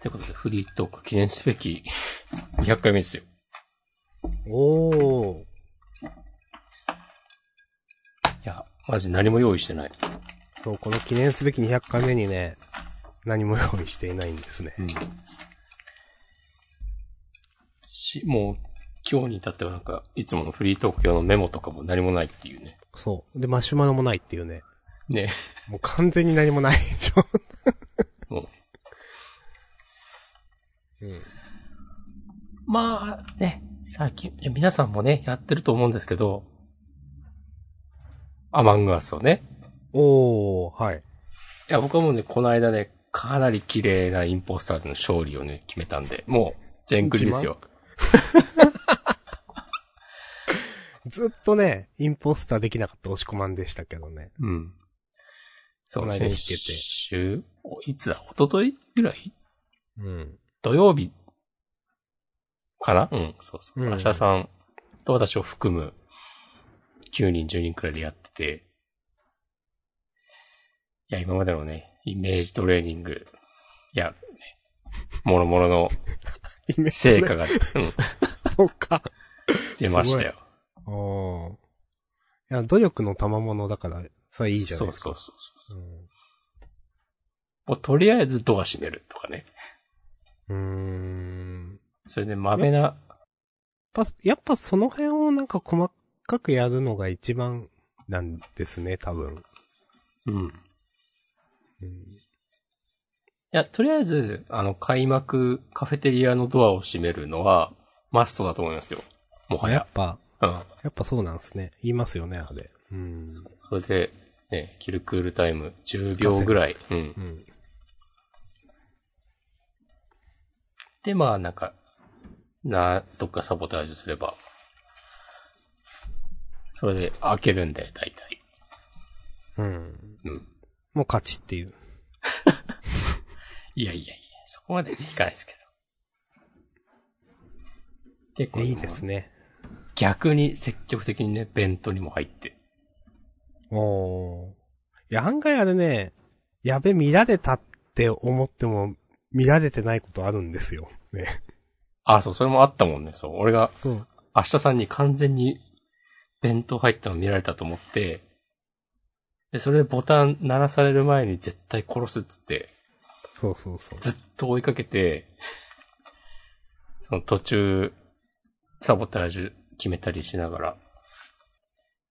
ということで、フリートーク記念すべき200回目ですよ。おー。いや、マジ何も用意してない。そう、この記念すべき200回目にね、何も用意していないんですね。うん。し、もう、今日に至ってはなんか、いつものフリートーク用のメモとかも何もないっていうね。そう。で、マシュマロもないっていうね。ね。もう完全に何もないでしょ。うん。うん。まあ、ね、最近、いや皆さんもね、やってると思うんですけど、アマングアスをね。おー、はい。いや、僕はもうね、この間ね、かなり綺麗なインポスターズの勝利をね、決めたんで、もう、全クリですよ。ずっとね、インポスターできなかった押し込まんでしたけどね。うん。そこう、の先間弾けて週、おいつだ、一昨日ぐらいうん。土曜日かなうん、そうそう。うんアシャさんと私を含む9人、10人くらいでやってて、いや、今までのね、イメージトレーニング、いや、ね、もろもろのイメージ成果 が、うん、そうか。出ました よ。おー。いや、努力の賜物だから、それいいじゃないですそか。うそうそううそう。もうとりあえずドア閉めるとかね。ん。うーん。それでまめな、やっぱ、やっぱその辺をなんか細かくやるのが一番なんですね、多分。うん。うん、いや、とりあえず、あの、開幕、カフェテリアのドアを閉めるのは、マストだと思いますよ。もはややっ。ぱ、うん。やっぱそうなんですね。言いますよね、あれ。うん。それで、ね、キルクールタイム10秒ぐらい。うんう。ん。で、まあ、なんか、な、どっかサボタージュすれば、それで開けるんだよ、大体。うん。うん。もう勝ちっていう。いやいやいや、そこまでいかないですけど。結構、いいですね。逆に積極的にね、ベントにも入って。おー。いや、案外あれね、やべ、見られたって思っても、見られてないことあるんですよ。ね。あ、そう、それもあったもんね。そう、俺がそう。明日さんに完全に弁当入ったの見られたと思って、で、それでボタン鳴らされる前に絶対殺すっつって、そうそうそう。ずっと追いかけて、その途中、サボタージュ決めたりしながら、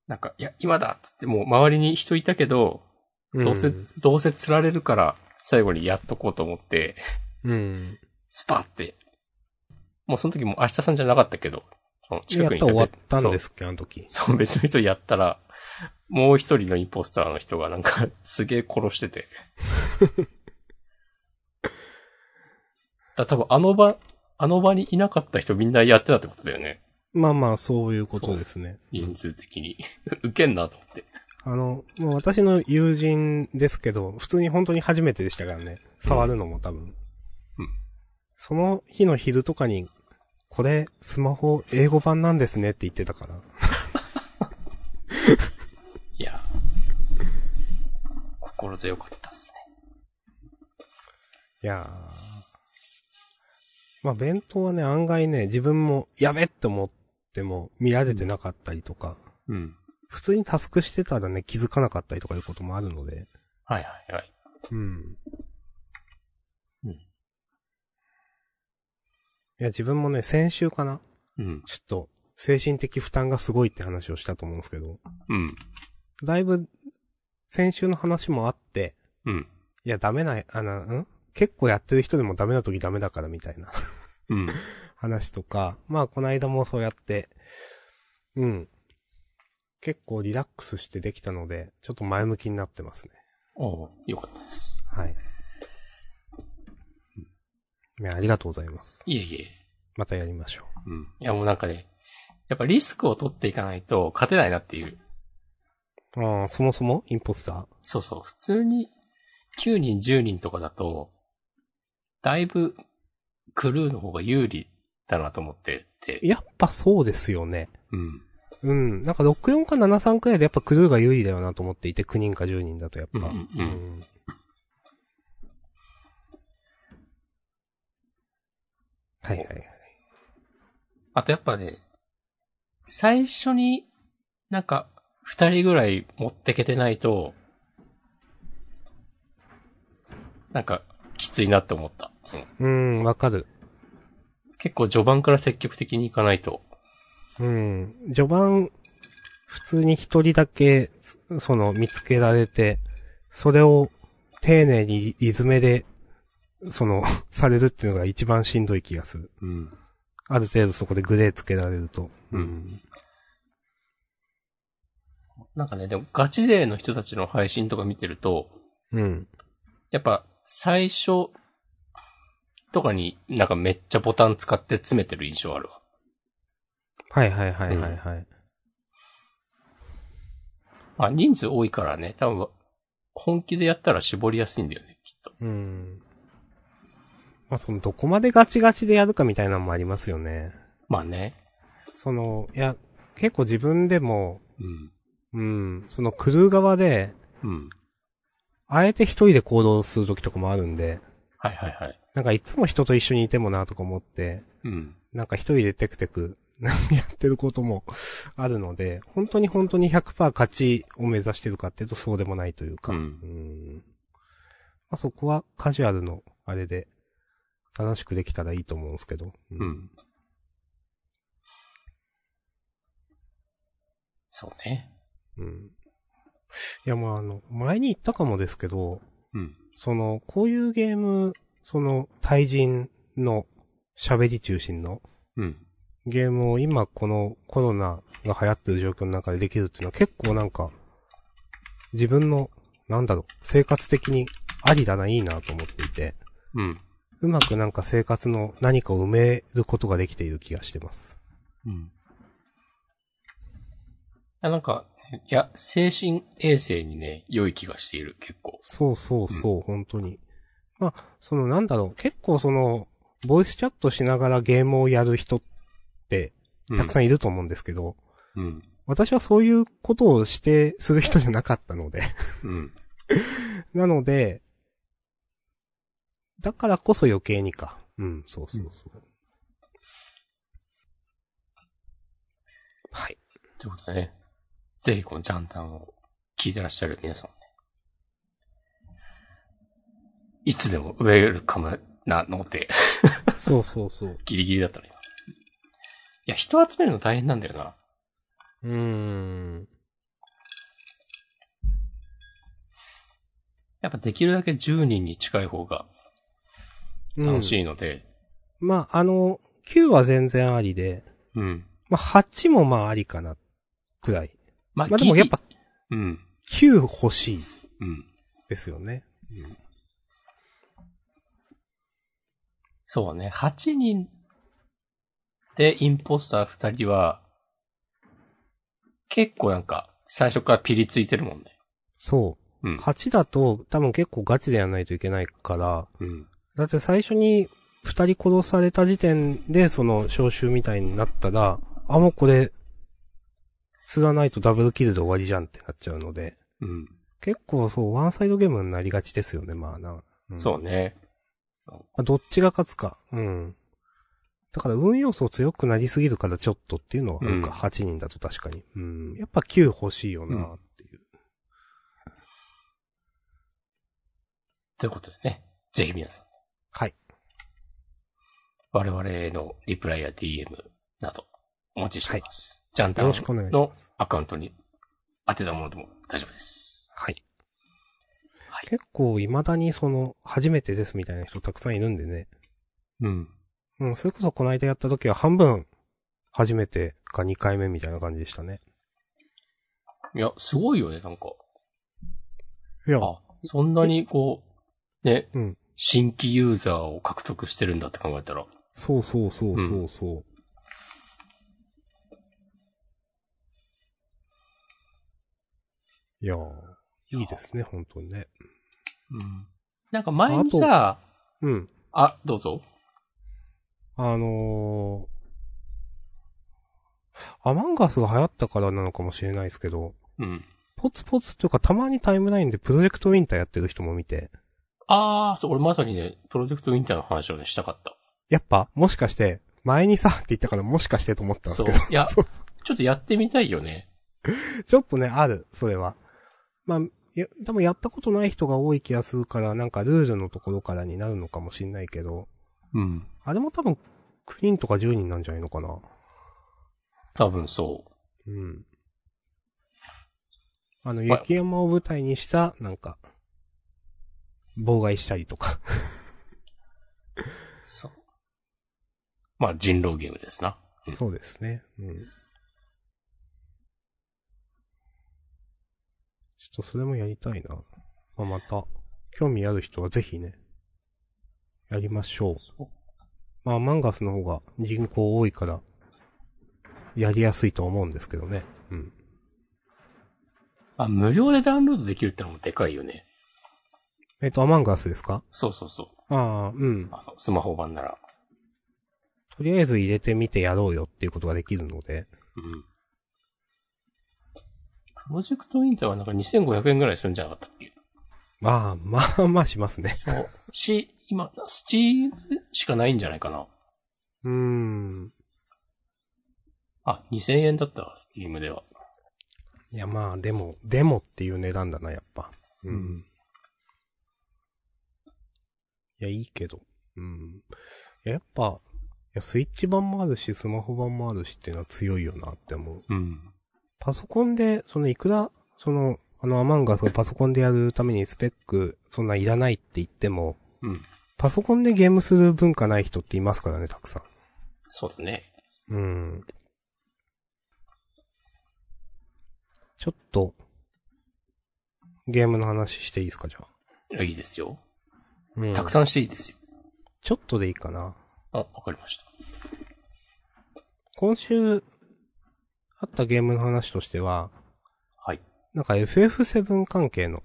なんか、いや、今だっつってもう周りに人いたけど、どうせ、うん。どうせ釣られるから、最後にやっとこうと思って、うん。スパって。もうその時もう明日さんじゃなかったけど、そのや近っくにいたら終わったそんうですっけ、あの時。そう、別の人やったら、もう一人のインポスターの人がなんか、すげえ殺してて。だ多分あの場、あの場にいなかった人みんなやってたってことだよね。まあまあ、そういうことですね。人数的に。ウケんなと思って。あの、もう私の友人ですけど、普通に本当に初めてでしたからね。触るのも多分。うんその日の昼とかに、これ、スマホ英語版なんですねって言ってたから。いや。心強かったっすね。いやー。まあ、弁当はね、案外ね、自分も、やべって思っても、見られてなかったりとか、うん。普通にタスクしてたらね、気づかなかったりとかいうこともあるので。はいはいはい。うん。うんいや、自分もね、先週かなうん。ちょっと、精神的負担がすごいって話をしたと思うんですけど、うん。だいぶ、先週の話もあって、うん。いや、ダメな、あの、ん結構やってる人でもダメな時ダメだからみたいな うん。話とか、まあ、この間もそうやって、うん。結構リラックスしてできたので、ちょっと前向きになってますね。おうよかったです。はい。いや、ありがとうございます。いえいえ。またやりましょうん。いやもうなんかね、やっぱリスクを取っていかないと勝てないなっていう。う。ああ、そもそもインポスターそうそう、普通に9人10人とかだと、だいぶクルーの方が有利だなと思ってて。やっぱそうですよね。うん。うん。なんか64か73くらいでやっぱクルーが有利だよなと思っていて、9人か10人だとやっぱ。うんうんうんはいはい。あとやっぱね、最初になんか二人ぐらい持ってけてないと、なんかきついなって思った。うんうん、わかる。結構序盤から積極的に行かないと。うん。序盤、普通に一人だけ、つその、見つけられて、それを、丁寧にリズメで、その、されるっていうのが一番しんどい気がする。うん。ある程度そこでグレーつけられると。うん。なんかね、でもガチ勢の人たちの配信とか見てると、うん。やっぱ最初とかになんかめっちゃボタン使って詰めてる印象あるわ。はいはいはいはいはい。まあ人数多いからね、多分本気でやったら絞りやすいんだよね、きっと。うん。まあ、その、どこまでガチガチでやるかみたいなのもありますよね。まあね。その、いや、結構自分でも、うん。うん、その、クルー側で、うん。あえて一人で行動する時とかもあるんで、はいはいはい。なんかいつも人と一緒にいてもなとか思って、うん。なんか一人でテクテク やってることもあるので、本当に本当に100%勝ちを目指してるかっていうとそうでもないというか、うんんまあ、そこはカジュアルのあれで楽しくできたらいいと思うんですけど。うう。ん。そうね。うんいやまああの、前に言ったかもですけど、うん。その、こういうゲーム、その、対人の喋り中心のうん。ゲームを今このコロナが流行ってる状況の中でできるっていうのは結構なんか、自分の、なんだろう、生活的にありだな、いいなと思っていて、うん。うまくなんか生活の何かを埋めることができている気がしてます。うん。あなんか、いや、精神衛生にね、良い気がしている、結構。そうそうそう、本当に。まあ、そのなんだろう、結構その、ボイスチャットしながらゲームをやる人って、たくさん。んいると思うんですけど、うん。私はそういうことをして、する人じゃなかったの で。うん。なので、だからこそ余計にか。うん、そうそうそう。はい。ということでね、ぜひこのジャンタンを聞いてらっしゃる皆さんもね、いつでもウェルカムなので、 そうそうそう。ギリギリだったね。今いや、人集めるの大変なんだよな。 うーん。やっぱできるだけ10人に近い方が楽しいので、まあ、あの、9は全然ありで、うん。まあ、8もまあありかな、くらい。まあまあでもやっ、ぱギリうん。 9欲しいうん。ですよね。そうね。8人でインポスター2人は、結構なんか、最初からピリついてるもんね。そうう。ん。 8だと多分結構ガチでやらないといけないから、うん。だって最初に二人殺された時点でその招集みたいになったら、あ、もうこれ、釣らないとダブルキルで終わりじゃんってなっちゃうので、うん。結構そう、ワンサイドゲームになりがちですよね、まあな。うんそうね。まあどっちが勝つか。うん。だから運要素強くなりすぎるからちょっとっていうのはあるか、うん8人だと確かに。うん。やっぱ9欲しいよなっていう。ということでね。ぜひ皆さん、はい。我々へのリプライや DM など、お待ちしています。ジャンタよろしくお願いンしのます。アカウントに当てたものでも大丈夫です。はい。はい結構未だにその、初めてですみたいな人たくさんいるんでね。うん。うん、それこそこの間やった時は半分、初めてか2回目みたいな感じでしたね。いや、すごいよね、なんか。いや、あ、そんなにこう、ね、うん新規ユーザーを獲得してるんだって考えたら、そうそうそうそうそう。いやーいいですね、本当にね。うん。なんか前にさ、うん。あどうぞ。あのー、アマンガスが流行ったからなのかもしれないですけど、うん。ポツポツというかたまにタイムラインでプロジェクトウィンターやってる人も見て、あー、そう、俺まさにね、プロジェクトウィンターの話をね、したかった。やっぱ、もしかして、前にさ、って言ったからもしかしてと思ったんですそうけど、。いや、ちょっとやってみたいよね。 ちょっとね、ある、それは。まあ、や、多分やったことない人が多い気がするから、なんかルールのところからになるのかもしんないけど、うん。あれも多分、9人とか10人なんじゃないのかな。多分そうん。あの、まあ雪山を舞台にした、なんか、妨害したりとか。う。そう。まあ、人狼ゲームですな。うんそうですね。うん。ちょっとそれもやりたいな。まあ、また、興味ある人はぜひね、やりましょう。そうまあ、マンガスの方が人口多いから、やりやすいと思うんですけどね。うん。あ、無料でダウンロードできるってのもでかいよね。えっ、と、アマンガスですかそうそうそう。ああ、うん。あの、スマホ版なら。とりあえず入れてみてやろうよっていうことができるので。うん。プロジェクトインターはなんか2500円ぐらいするんじゃなかったっけまあ、まあまあしますね。そう。し、今、スチームしかないんじゃないかな。うーん。あ、2000円だったわ、スチームでは。いや、まあ、でも、でもっていう値段だな、やっぱ。う。うんいや、いいけど。うん。いややっぱ、いや、スイッチ版もあるし、スマホ版もあるしっていうのは強いよなって思う。うん。パソコンで、その、いくら、その、あの、アマンガスがパソコンでやるためにスペック、そんないらないって言っても、うん。パソコンでゲームする文化ない人っていますからね、たくさん。そうだね。うん。ちょっと、ゲームの話していいですか、じゃあ。いやいいですよ。うんたくん。さんしていいですよ。ちょっとでいいかな。あ、わかりました。今週、あったゲームの話としては、はい。なんか FF7 関係の、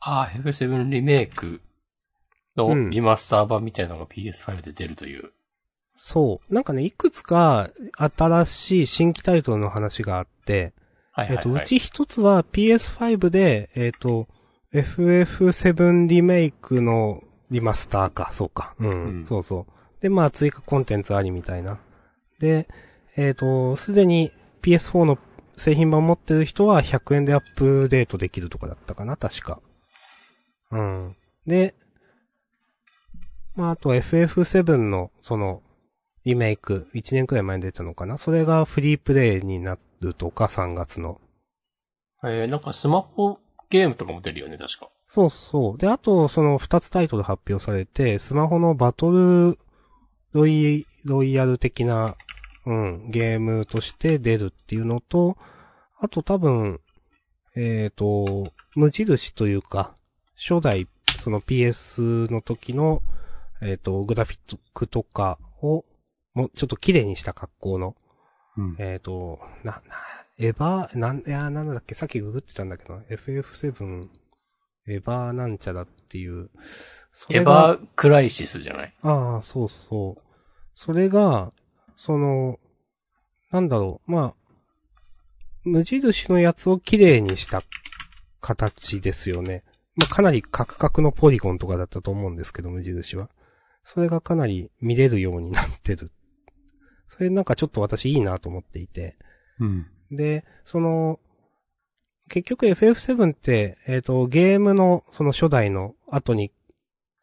あー、FF7 リメイクうのんリマスター版みたいなのが PS5 で出るという。そう。なんかね、いくつか新しい新規タイトルの話があって、はいはい、えっはい。と、うち一つは PS5 で、えっと、FF7 リメイクのリマスターか、そうか。うん、うんそうそう。で、まあ、追加コンテンツありみたいな。で、えっと、すでに PS4 の製品版持ってる人は100円でアップデートできるとかだったかな、確か。うん。で、まあ、あと FF7 の、その、リメイク、1年くらい前に出たのかなそれがフリープレイになるとか、3月の。えー、なんかスマホゲームとかも出るよね、確か。そうそう。で、あと、その2つタイトル発表されて、スマホのバトルロイ、ロイヤル的な、うん、ゲームとして出るっていうのと、あと多分、えっ、と、無印というか、初代、その PS の時の、えっ、と、グラフィックとかを、もうちょっと綺麗にした格好の、うんえっ、と、な、な、エバー、なん、いや、なんだっけ、さっきググってたんだけど、FF7、エバーなんちゃらっていう、そエれがバークライシスじゃないああ、そうそう。それが、その、なんだろう、まあ、無印のやつを綺麗にした形ですよね。まあ、かなりカクカクのポリゴンとかだったと思うんですけど、無印は。それがかなり見れるようになってる。それなんかちょっと私いいなと思っていて。うん。で、その、結局 FF7 って、えっ、と、ゲームのその初代の後に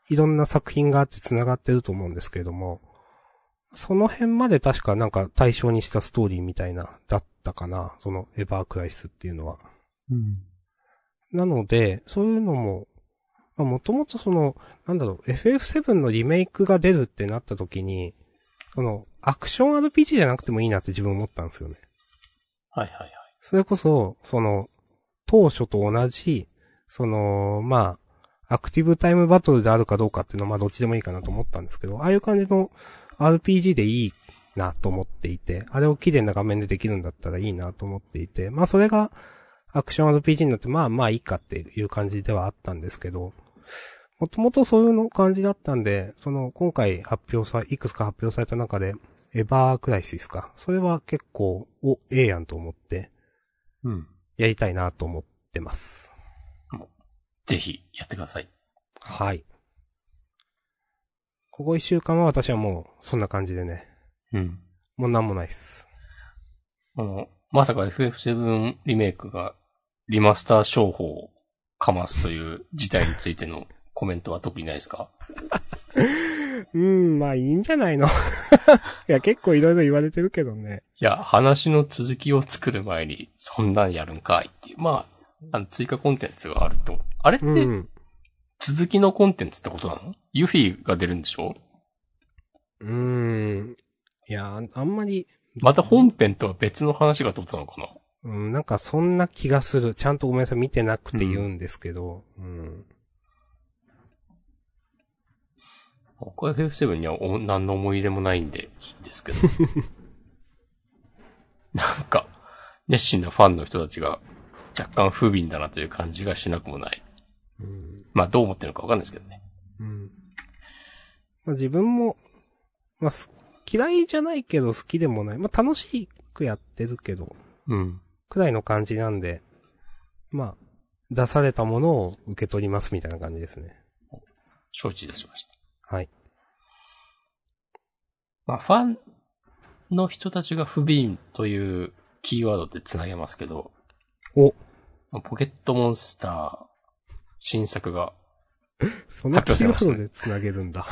いろんな作品があって繋がってると思うんですけれども、その辺まで確かなんか対象にしたストーリーみたいな、だったかな、そのエバークライシスっていうのは。うん。なので、そういうのも、まあ、もともとその、なんだろう、FF7 のリメイクが出るってなった時に、その、アクション RPG じゃなくてもいいなって自分思ったんですよね。はいはいはい。それこそ、その、当初と同じ、その、まあ、アクティブタイムバトルであるかどうかっていうのは、まあ、どっちでもいいかなと思ったんですけど、ああいう感じの RPG でいいなと思っていて、あれを綺麗な画面でできるんだったらいいなと思っていて、まあ、それが、アクション RPG になって、まあまあいいかっていう感じではあったんですけど、もともとそういうの感じだったんで、その、今回発表さ、いくつか発表された中で、エバークライシスか。それは結構、お、ええやんと思って、うん。やりたいなと思ってます。ぜひ、やってください。はい。ここ一週間は私はもう、そんな感じでね。うん。もうなんもないっす。あの、まさか FF7 リメイクがリマスター商法をかますという事態についてのコメントは特にないですかうん、まあいいんじゃないの。い や、結構いろいろ言われてるけどね。いや、話の続きを作る前に、そんなんやるんかいっていう。まあ、あの追加コンテンツがあると。あれって、うん。続きのコンテンツってことなのユフィが出るんでしょうん。いや、あんまり、また本編とは別の話がってことなのかなうん、なんかそんな気がする。ちゃんとごめんなさい、見てなくて言うんですけど。うん。僕は FF7 にはお何の思い入れもないんで、いいんです けど。なんか、熱心なファンの人たちが若干不憫だなという感じがしなくもない。うん。まあどう思ってるのかわかんないですけどね。うん。まあ自分も、まあす嫌いじゃないけど好きでもない。まあ楽しくやってるけど、うん。くらいの感じなんで、まあ、出されたものを受け取りますみたいな感じですね。承知いたしました。はい。まあファンの人たちが不憫というキーワードで繋げますけど、お、まあポケットモンスター新作がそのキーワードで繋げるんだ。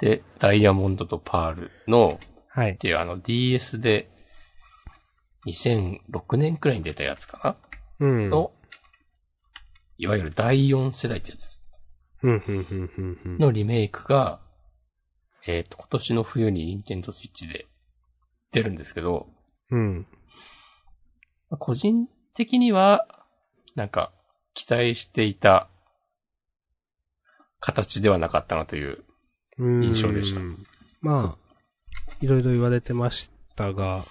で、ダイヤモンドとパールの、はっい。ていうあの DS で、2006年くらいに出たやつかうん。な、の、いわゆる第4世代ってやつですうん、うん、うん、うん、うん。のリメイクが、えっ、と、今年の冬に Nintendo Switch で出るんですけど、うん。まあ個人的には、なんか、期待していた形ではなかったなという、うん印象でした。まあ、いろいろ言われてましたが、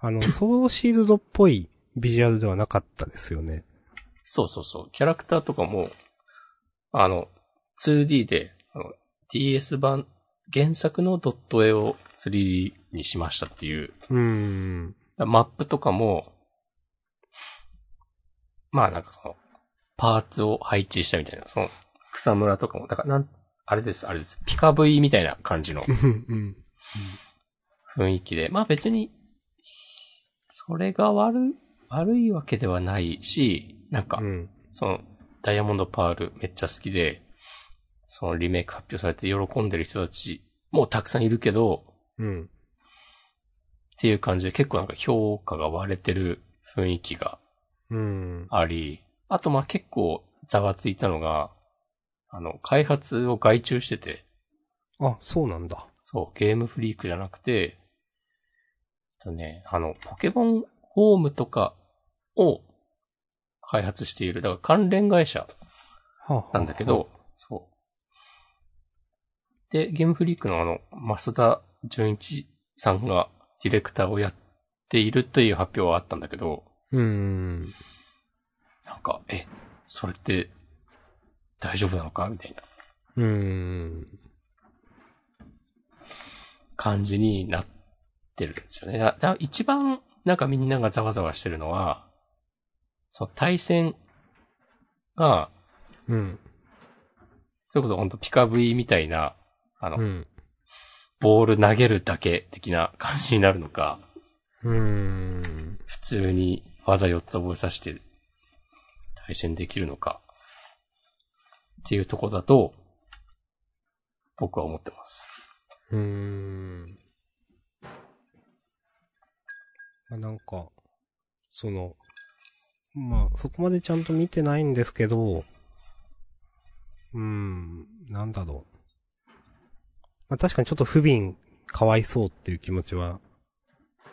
あの、ソードシールドっぽいビジュアルではなかったですよね。そうそうそう。キャラクターとかも、あの、2D で、あの DS 版、原作のドット絵を 3D にしましたっていう。うん。だマップとかも、まあなんかその、パーツを配置したみたいな、その、草むらとかも、だからなん、あれです、あれです。ピカブイみたいな感じのうん。雰囲気で。まあ別に、それが悪い、悪いわけではないし、なんかう、ん。その、ダイヤモンドパールめっちゃ好きで、そのリメイク発表されて喜んでる人たちもたくさんいるけど、うん。っていう感じで結構なんか評価が割れてる雰囲気がうん。あり、あとまあ結構ざわついたのが、あの、開発を外注してて、あ、そうなんだ。そう、ゲームフリークじゃなくて、えっとね、あの、ポケモンホームとかを開発している、だから関連会社はあ、はあなんだけ。ど、そう。で、ゲームフリークのあの、増田純一さんがディレクターをやっているという発表はあったんだけど、うん。なんか、え、それって大丈夫なのかみたいなうん。感じになってるんですよね。だだ一番なんかみんながざわざわしてるのは、その対戦が、うん。それこそ本当ピカブイみたいな、あの、うん。ボール投げるだけ的な感じになるのか、うん。普通に技4つ覚えさせて対戦できるのか、っていうとこだと、僕は思ってます。うん。まあ、なんか、その、まあ、そこまでちゃんと見てないんですけど、うん、なんだろう。まあ、確かにちょっと不憫、かわいそうっていう気持ちは、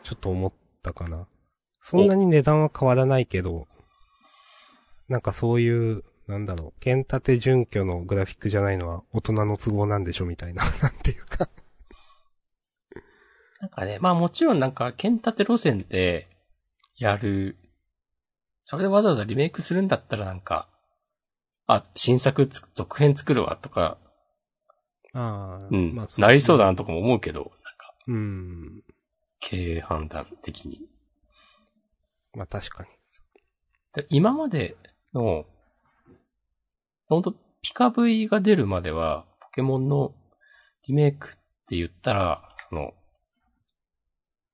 ちょっと思ったかな。そんなに値段は変わらないけど、なんかそういう、なんだろう、剣立て準拠のグラフィックじゃないのは大人の都合なんでしょみたいな、なんていうか。なんかね、まあもちろんなんか、剣立て路線でやる、それでわざわざリメイクするんだったらなんか、あ、新作つく、続編作るわとか、ああ、うん、まあ、なりそうだなとかも思うけど、なんか、うん。経営判断的に。まあ確かに。で今までの、本当ピカ V が出るまでは、ケモンのリメイクって言ったら、その、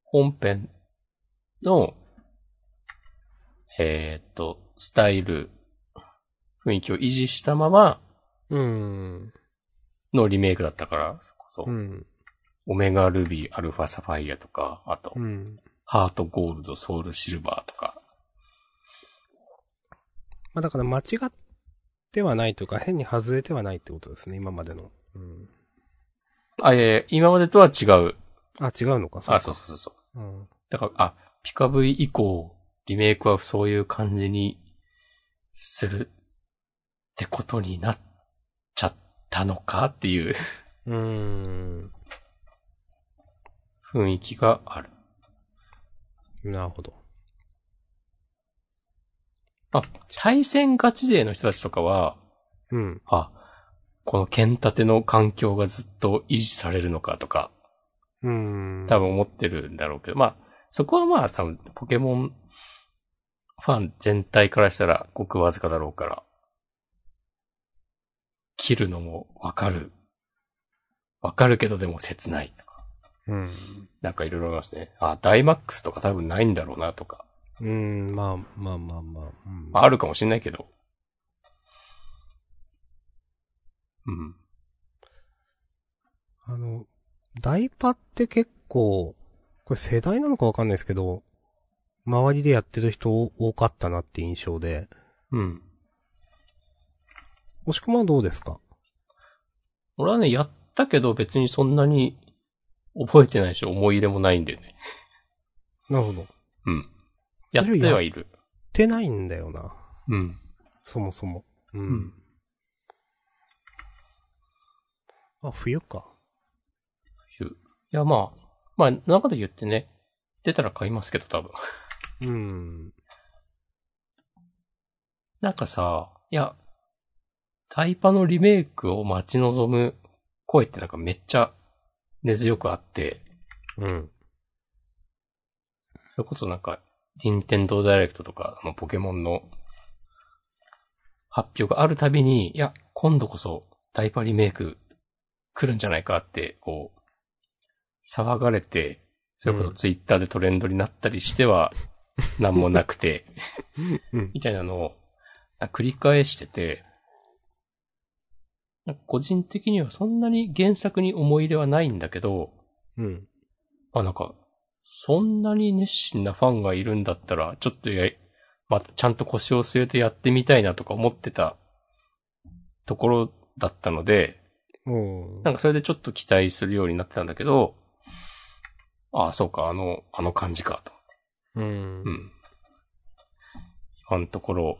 本編の、えーっと、スタイル、雰囲気を維持したままうん。のリメイクだったから、それこそ、うん。オメガルビー、アルファサファイアとか、あと、うん。ハートゴールド、ソウルシルバーとか、まあだから間違ってはないというか、変に外れてはないってことですね、今までの。うん。あ、いやいや今までとは違う。あ、違うのか、あ、そうそうかそうそう。うん。だから、あ、ピカブイ以降、リメイクはそういう感じにするってことになっちゃったのかっていう うーん。雰囲気がある。なるほど。あ、対戦ガチ勢の人たちとかは、うん。あ、この剣立ての環境がずっと維持されるのかとか、うーん。多分思ってるんだろうけど、まあ、そこはまあ多分ポケモンファン全体からしたらごくわずかだろうから、切るのもわかる。わかるけどでも切ないとか、うん。なんかいろいろありますね。あ、ダイマックスとか多分ないんだろうなとか、うーん、まあまあまあまあ。うん、まああるかもしれないけど。うん。あの、ダイパって結構、これ世代なのかわかんないですけど、周りでやってる人多かったなって印象で、うん。押し込まはどうですか俺はね、やったけど別にそんなに覚えてないし思い入れもないんでね。なるほど。うん。やってはいる。ってないんだよな。うん。そもそも。う。。うんあ、冬か。いや、まあ、まあ、中で言ってね、出たら買いますけど、多分。 うん。なんかさ、いや、タイパのリメイクを待ち望む声ってなんかめっちゃ根強くあって、うん。それこそなんか、任天堂ダイレクトとか、あの、ポケモンの発表があるたびに、いや、今度こそ、タイパリメイク来るんじゃないかって、こう、騒がれて、それこそツイッターでトレンドになったりしては、なんもなくて、うん。みたいなのを、なんか繰り返してて、なんか個人的にはそんなに原作に思い入れはないんだけど、うん。まあなんか、そんなに熱心なファンがいるんだったら、ちょっとや、まあ、ちゃんと腰を据えてやってみたいなとか思ってたところだったので、おなんかそれでちょっと期待するようになってたんだけど、ああ、そうか、あの、あの感じか、と。うんう。ん。今のところ、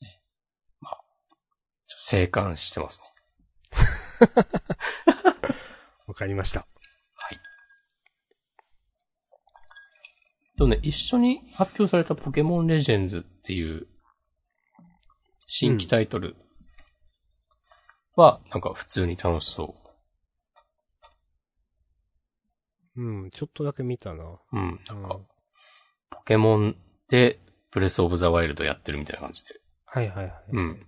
ねまあ、ちょ生還してますね。わかりました。はい。とね、一緒に発表されたポケモンレジェンズっていう新規タイトルは、なんか普通に楽しそうん。ちょっとだけ見たな。う。うん、なんうかん、ポケモンで、ブレスオブザワイルドやってるみたいな感じで。はいはいはい。うん。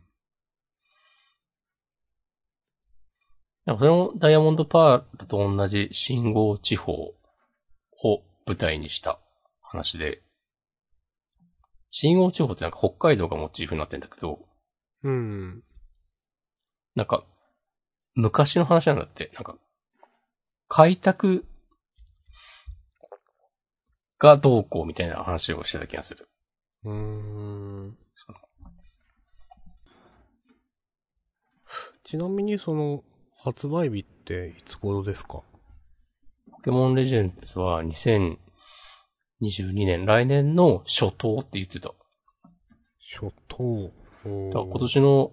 なんかそれもダイヤモンドパールと同じ信号地方を舞台にした話で、信号地方ってなんか北海道がモチーフになってんだけど、うん。なんか、昔の話なんだって、なんか、開拓がどうこうみたいな話をしてた気がする。うーん。ちなみにその、発売日っていつ頃ですかポケモンレジェンズは2022年、来年の初頭って言ってた。だか初頭。ら今今年の、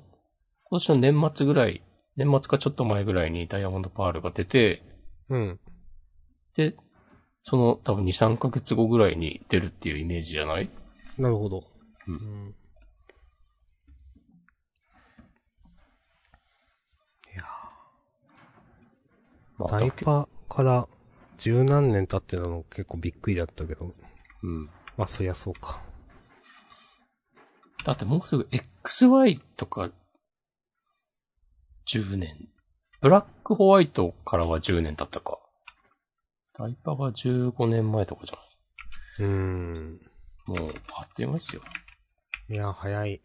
今年の年末ぐらい、年末かちょっと前ぐらいにダイヤモンドパールが出て、うん。で、その多分2、3ヶ月後ぐらいに出るっていうイメージじゃないなるほど。うんんいやまーダイパから十何年経ってたの結構びっくりだったけど。うん。まあそりゃそうか。だってもうすぐ XY とか10年。ブラックホワイトからは10年経ったか。ダイパが15年前とかじうーん。ゃん。もう、あっという間ですよ。いや、早い。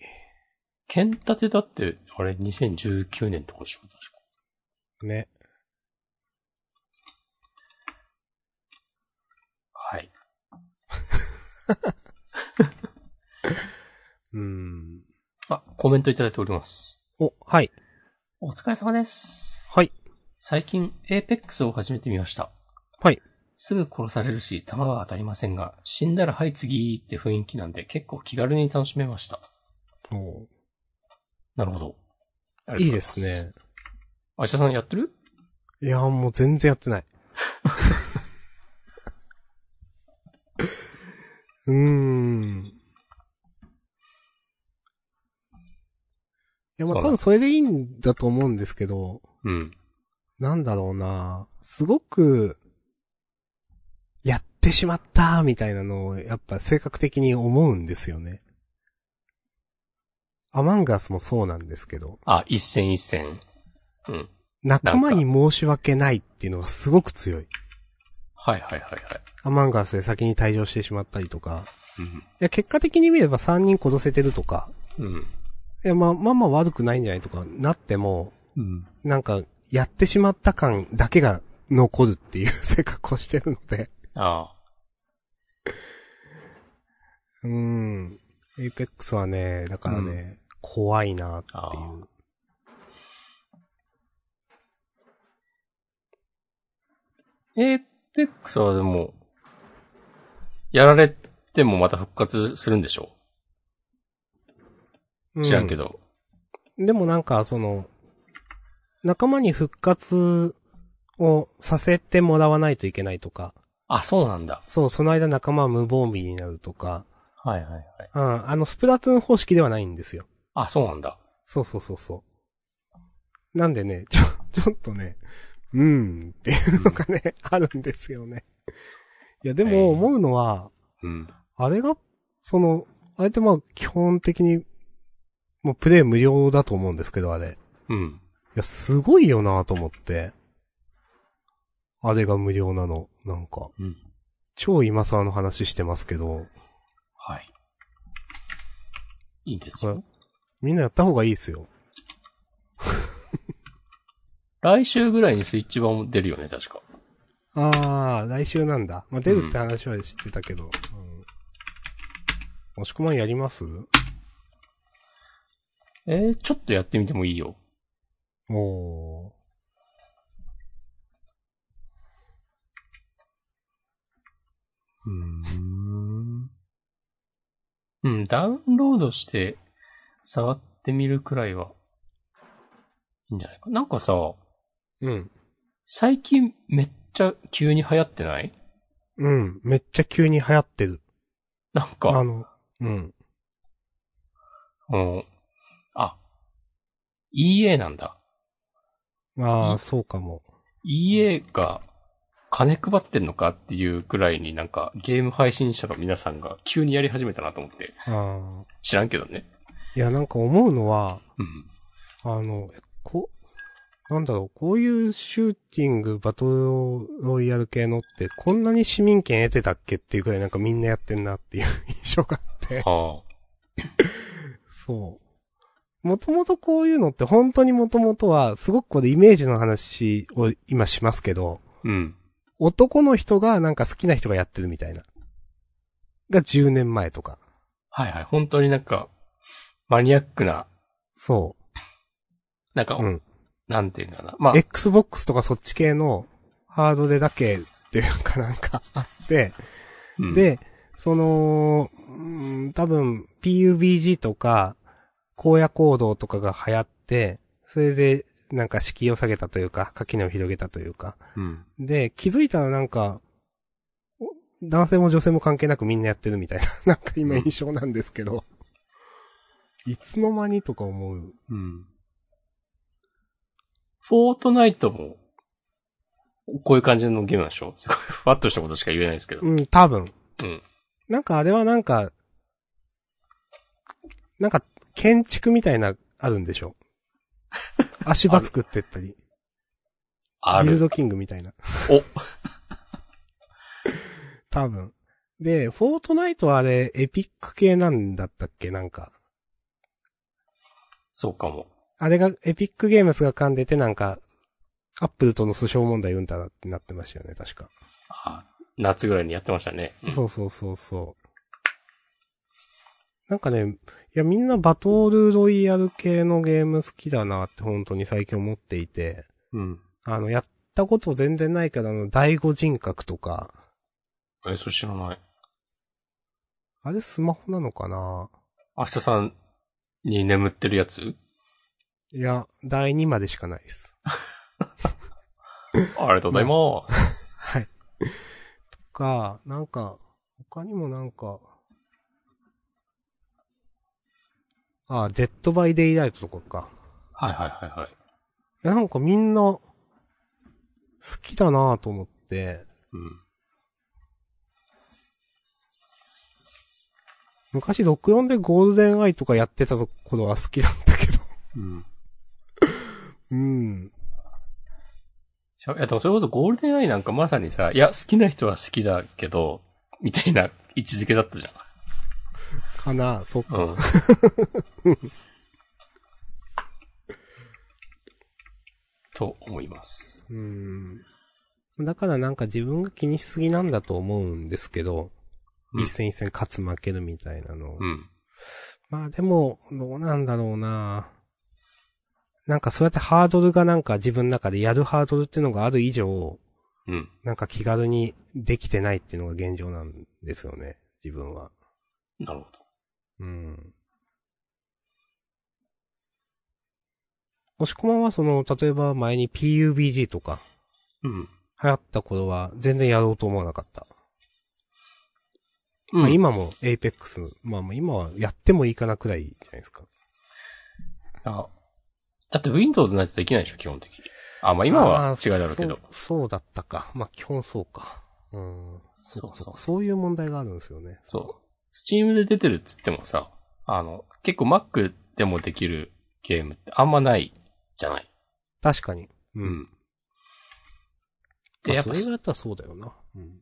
ケンタテだって、あれ、2019年とかでしょ、確か。ね。はい。うーん。あ、コメントいただいております。お、はい。お疲れ様です。はい。最近、エーペックスを始めてみました。はい。すぐ殺されるし、弾は当たりませんが、死んだらはい次ーって雰囲気なんで、結構気軽に楽しめました。おなるほど。ありいいがとうござまです。ね。あしさんやってるいや、もう全然やってない。 うーん。いや、まそうあ、だ多分それでいいんだと思うんですけど、うん。なんだろうなすごく、やってしまったみたいなのを、やっぱ性格的に思うんですよね。アマンガスもそうなんですけど。あ、一戦一戦。うん。仲間に申し訳ないっていうのがすごく強い。はいはいはいはい。アマンガスで先に退場してしまったりとか。うん。いや、結果的に見れば3人殺せてるとか。うん。いや、まあまあまあ悪くないんじゃないとかなっても、うん。なんか、やってしまった感だけが残るっていう 性格をしてるので。あうーん。エイペックスはね、だからね、うん怖いなっていう。あ。エーペックスはでも、やられてもまた復活するんでしょう知らんけど。でもなんか、その、仲間に復活をさせてもらわないといけないとか。あ、そうなんだ。そう、その間仲間は無防備になるとか、はいはいはい。うん、あの、スプラトゥーン方式ではないんですよ。あ、そうなんだ。そうそうそうそう。なんでね、 ちょ、ちょっとね、うーんっていうのがね、あるんですよね。いや、ではいも思うのは、うん。あれが、その、あれってまあ、基本的に、もうプレイ無料だと思うんですけど、あれ。いうん。や、すごいよなと思って。あれが無料なの。なんか、うん。超今更の話してますけど。はい。いいんですよ。みんなやった方がいいですよ。来週ぐらいにスイッチ版も出るよね、確か。あー、来週なんだ。まあ、出るって話は知ってたけど。うん。押し込まんやりますえー、ちょっとやってみてもいいよ。おー。うん。うん、ダウンロードして、触ってみるくらいは、いいんじゃないか。なんかさ、うん。最近めっちゃ急に流行ってないうん。めっちゃ急に流行ってる。なんあか、の、うん。うん。あ、EA なんだ。うあー、んそうかも。 EA が金配ってんのかっていうくらいになんかゲーム配信者の皆さんが急にやり始めたなと思って。あー。知らんけどね。いや、なんか思うのは、うん。あの、えこ、なんだろう、こういうシューティング、バトルロイヤル系のって、こんなに市民権得てたっけっていうくらいなんかみんなやってんなっていう 印象があって。はあ。そう。もともとこういうのって本当にもともとは、すごくこれイメージの話を今しますけど、うん。男の人がなんか好きな人がやってるみたいな。が10年前とか。はいはい。本当になんか、マニアックな、そなんか、う。うん。なんていうんだな。まあ、 Xbox とかそっち系のハードでだけっていうかなんかあって、うん、で、その、うん多分 PUBG とか、荒野行動とかが流行って、それでなんか敷居を下げたというか、垣根を広げたというか、うん。で、気づいたらなんか、お男性も女性も関係なくみんなやってるみたいな、 なんか今印象なんですけど。いつの間にとか思う。うん。フォートナイトも、こういう感じのゲームなんでしょ すごい、ふわっとしたことしか言えないですけど。うん、多分。うん。なんかあれはなんか、 なんか建築みたいな、あるんでしょ足場作ってったり、あビルる。ドキングみたいな。お。 多分。で、フォートナイトはあれ、エピック系なんだったっけなんか。そうかも。あれが、エピックゲームスが噛んでてなんか、アップルとの訴訟問題うんたらってなってましたよね、確か。あ夏ぐらいにやってましたね。うんそうそうそうそう。なんかね、いやみんなバトルロイヤル系のゲーム好きだなって本当に最近思っていて、うん。あの、やったこと全然ないけど、あの、第五人格とか、え、そう知らない。あれスマホなのかな明日さんに眠ってるやついや、第2までしかないです。ありがとうございます。はい。とか、なんか、他にもなんか、あデッドバイデイライトとかか。はいはいはいはい。いや、なんかみんな、好きだなぁと思って、うん。昔64でゴールデンアイとかやってた頃は好きなんだけど。うん。うん。しゃいや、でもそれこそゴールデンアイなんかまさにさ、いや、好きな人は好きだけど、みたいな位置づけだったじかなぁそっゃん。うん。と思います。うん。だからなんか自分が気にしすぎなんだと思うんですけど、うん一戦一戦勝つ負けるみたいなのを。うん。まあでも、どうなんだろうななんかそうやってハードルがなんか自分の中でやるハードルっていうのがある以上、うん。なんか気軽にできてないっていうのが現状なんですよね、自分は。なるほど。うん。押し込まんはその、例えば前に PUBG とかうん。流行った頃は全然やろうと思わなかった。うまあん、今今も Apex、まあまあ今はやってもいいかなくらいじゃないですか。あだって Windows ないとできないでしょ、基本的に。あ、まあ今はあー違いだろうけど。そう。そうだったか。まあ基本そうか。うん。そそうかそううそうか。そういう問題があるんですよね。そう。Steam で出てるっつってもさ、あの、結構 Mac でもできるゲームってあんまないじゃない。確かに。うう。んん。で、まやあっぱそれがやったらそうだよな。うん。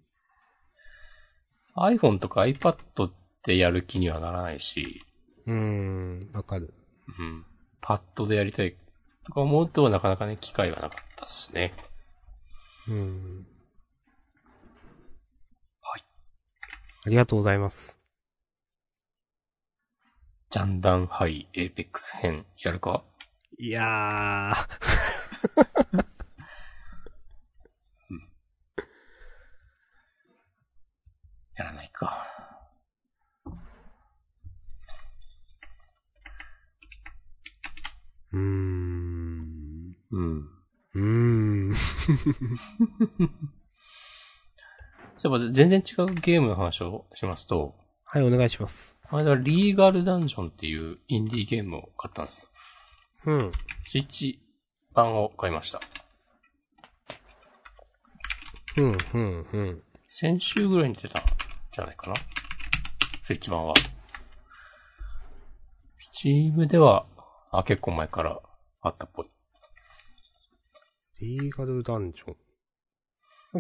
iPhone とか iPad でやる気にはならないし、うーん。わかる。うん。パッドでやりたいとか思うとなかなかね、機会がなかったっすね。うん。はい。ありがとうございます。ジャンダンハイ Apex 編やるかいやー。やらないか。うーん。うん。うーん。そういえば全然違うゲームの話をしますと、はい、お願いします。この間リーガルダンジョンっていうインディーゲームを買ったんですよ。うん。スイッチ版を買いました。うん、うん、うん。先週ぐらいに出たんじゃないかな。スイッチ版は。スチームでは、あ、結構前からあったっぽい。リーガルダンジョン。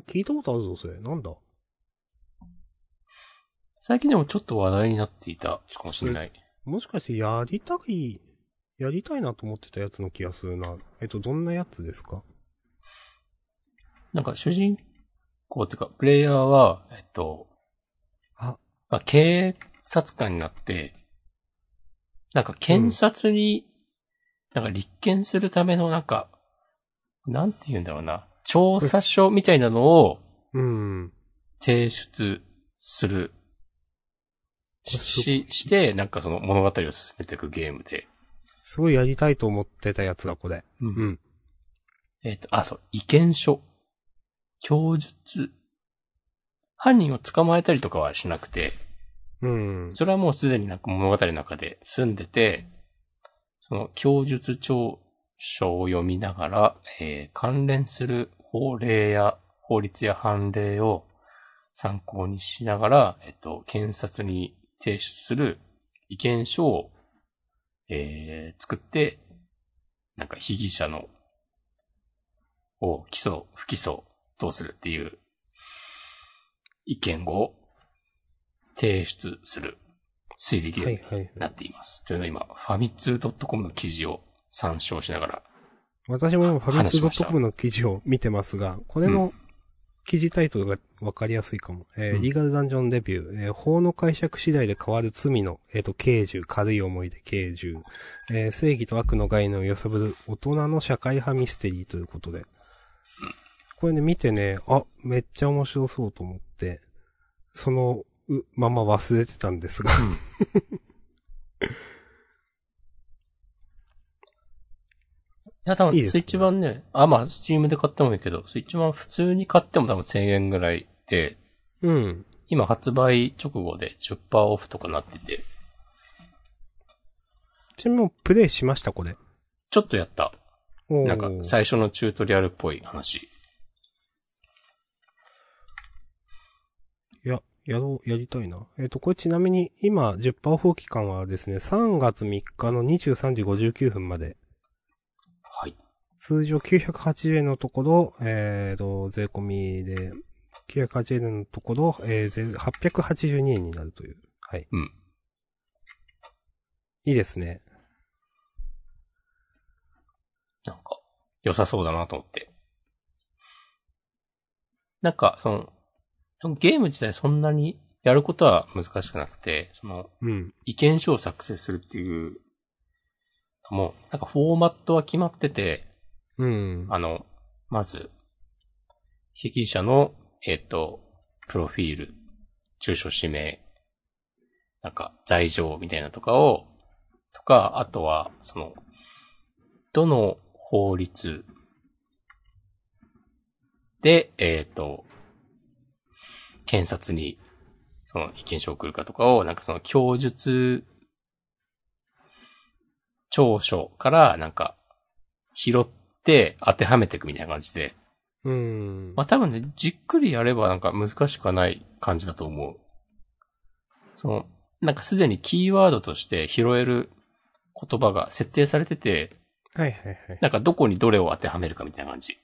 聞いたことあるぞ、それ。なんだ最近でもちょっと話題になっていたかもしれない。もしかしてやりたい、やりたいなと思ってたやつの気がするな。えっと、どんなやつですかなんか主人公っていうか、プレイヤーは、えっと、あ、まあ、警察官になって、なんか検察に、なんか立件するためのなんか、なんて言うんだろうな、調査書みたいなのをうん。提出する。これすごし、して、なんかその物語を進めていくゲームで。すごいやりたいと思ってたやつだ、これ。うん。えっ、と、あ、そう、意見書。供述。犯人を捕まえたりとかはしなくて、うん。それはもうすでになんか物語の中で住んでて、その供述調書を読みながら、えー関連する法令や法律や判例を参考にしながら、えっと、検察に提出する意見書を、えー作って、なんか被疑者の、を起訴、不起訴、どうするっていう、意見を提出する推理ゲームはいにはい。なっています。というのは今、ファミツー .com の記事を参照しながら、私も今ファミ話ツしましたー .com の記事を見てますが、これの記事タイトルがわかりやすいかも。えーうんリーガルダンジョンデビュー、えー法の解釈次第で変わる罪の、えっ、と、刑重、軽い思いで刑重、えー正義と悪の概念を揺さぶる大人の社会派ミステリーということで。これね、見てね、あ、めっちゃ面白そうと思って、その、うまま忘れてたんですが。いや、多いい分、ですスねイッチ版ね、あ、まあ、スチームで買ってもいいけど、スイッチ版普通に買っても多分1000円ぐらいで、うん。今発売直後で10%オフとかなってて、 ちなみにもうプレイしました、これ。ちょっとやった。おーなんか、最初のチュートリアルっぽい話。いや、やろう、やりたいな。えっ、と、これちなみに、今、10%オフ期間はですね、3月3日の23時59分まで、はい。通常980円のところ、えっ、と、税込みで、980円のところ、えー、税882円になるという。はい。うん。いいですね。なんか、良さそうだなと思って。なんか、その、そのゲーム自体そんなにやることは難しくなくて、その、うん。意見書を作成するっていう、もう、なんかフォーマットは決まってて、うん。あの、まず、被疑者の、えっ、と、プロフィール、住所氏名、なんか、罪状みたいなとかを、とか、あとは、その、どの法律で、えっ、と、検察に、その意見書を送るかとかを、なんかその供述、調書から、なんか、拾って当てはめていくみたいな感じで。うん。まあ、多分ね、じっくりやればなんか難しくはない感じだと思う。その、なんかすでにキーワードとして拾える言葉が設定されてて、はいはいはい。なんかどこにどれを当てはめるかみたいな感じ。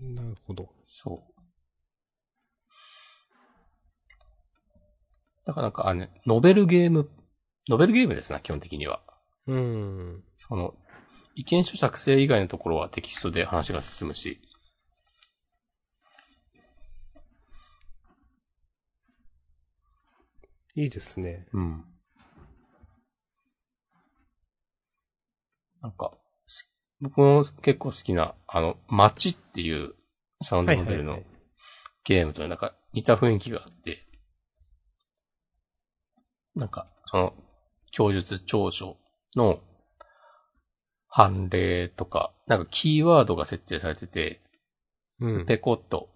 なるほど。そう。だからなんかあのね、ノベルゲーム、ノベルゲームですな、基本的には。うん。その、意見書作成以外のところはテキストで話が進むし。いいですね。うん。なんか、す僕も結構好きな、あの、街っていうサウンドモデルはのいはいゲームとなんか似た雰囲気があって、なんか、その、供述調書の判例とか、なんかキーワードが設定されてて、うん。ペコッと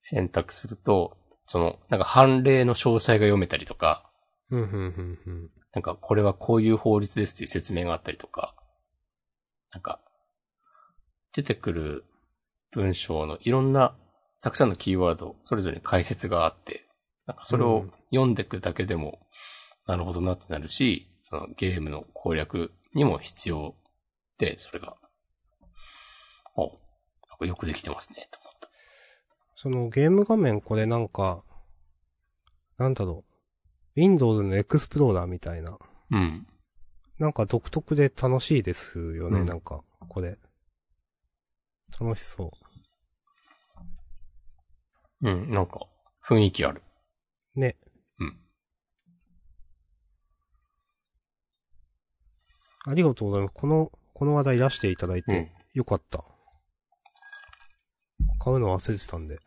選択すると、その、なんか判例の詳細が読めたりとか、うん、うん、うん、うん。なんか、これはこういう法律ですっていう説明があったりとか、なんか、出てくる文章のいろんな、たくさんのキーワード、それぞれに解説があって、なんかそれうをん読んでいくだけでも、なるほどなってなるし、そのゲームの攻略にも必要で、それが、お、なんかよくできてますね、と思った。そのゲーム画面これなんか、なんだろう。Windows のエクスプローラーみたいな。うん。なんか独特で楽しいですよね、うんなんか、これ。楽しそうん、なんか、雰囲気ある。う。ね。うん。ありがとうございます。この、この話題出していただいて、うんよかった。買うの忘れてたんで。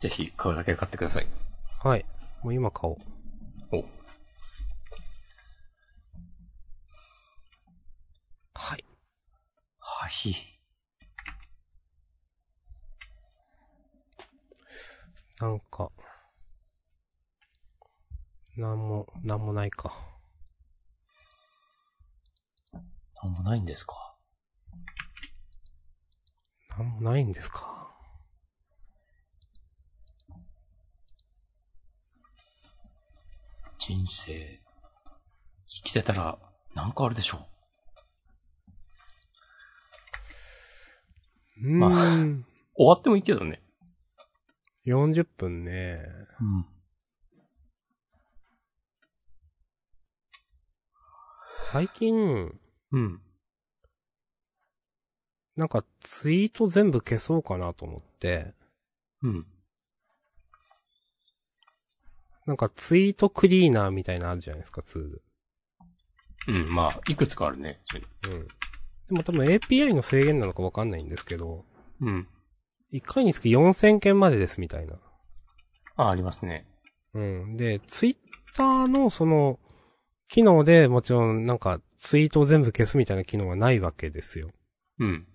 ぜひ、買うだけ買ってください。はい。もう今買おう。お。はい。はい。なんか、なんも、なんもないか。なんもないんですか。なんもないんですか。人生、生きてたら、なんかあるでしょう。うん。ま終わってもいいけどね。 40分ね。うん。最近、うん。なんかツイート全部消そうかなと思って、うん。なんかツイートクリーナーみたいなのあるじゃないですか、ツール。うん、まあ、いくつかあるね。そういううん。でも多分 API の制限なのかわかんないんですけど、のうん。 1回につき4000件までですみたいな。あ、ありますね。うん。で、ツイッターのその、機能でもちろんなんかツイートを全部消すみたいな機能がないわけですよ。うん。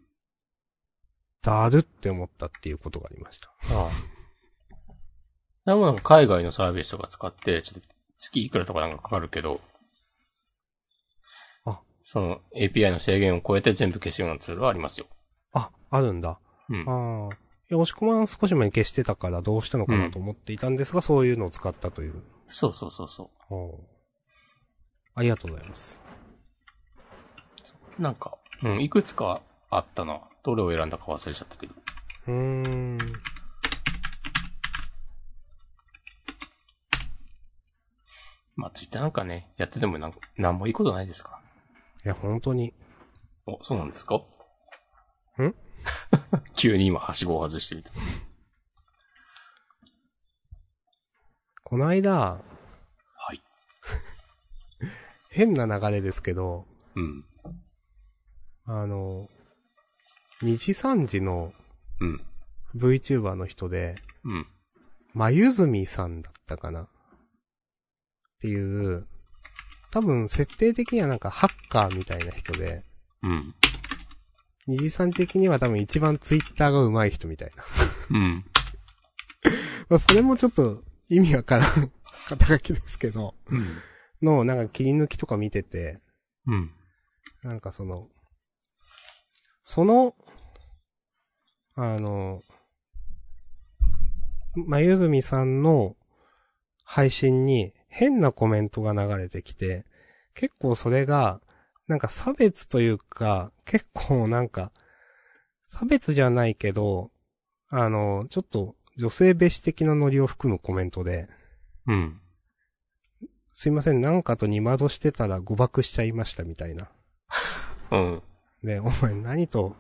だるって思ったっていうことがありました。ああ。でもなんか海外のサービスとか使って、ちょっと月いくらとかなんかかかるけど、あその API の制限を超えて全部消すようなツールはありますよ。あ、あるんだ。うん。ああ。いや、押し込まん少し前に消してたからどうしたのかなと思っていたんですが、そういうのを使ったという。そうそうそうそおありがとうございます。う。なんか、うん、いくつかあったな。どれを選んだか忘れちゃったけど。うーん。まあ、ツイッターなんかね、やっててもなんか、なんもいいことないですかいや、本当に。ら。お、そうなんですかんん 急に今、はしごを外してみた。この間、はい。 変な流れですけど、うん。あの、2時3時のうん。 VTuber の人で、うん。まゆずみさんだったかなっていう、多分設定的にはなんかハッカーみたいな人で、うん。二次さん的には多分一番ツイッターが上手い人みたいな。うん。ま あそれもちょっと意味わからん 肩書きですけど、うん。のなんか切り抜きとか見てて、うん。なんかその、その、あの、まゆずみさんの配信に変なコメントが流れてきて、結構それが、なんか差別というか、結構なんか、差別じゃないけど、あの、ちょっと女性蔑視的なノリを含むコメントで、うん。すいません、なんかと二窓してたら誤爆しちゃいましたみたいな。うん。で、お前何と、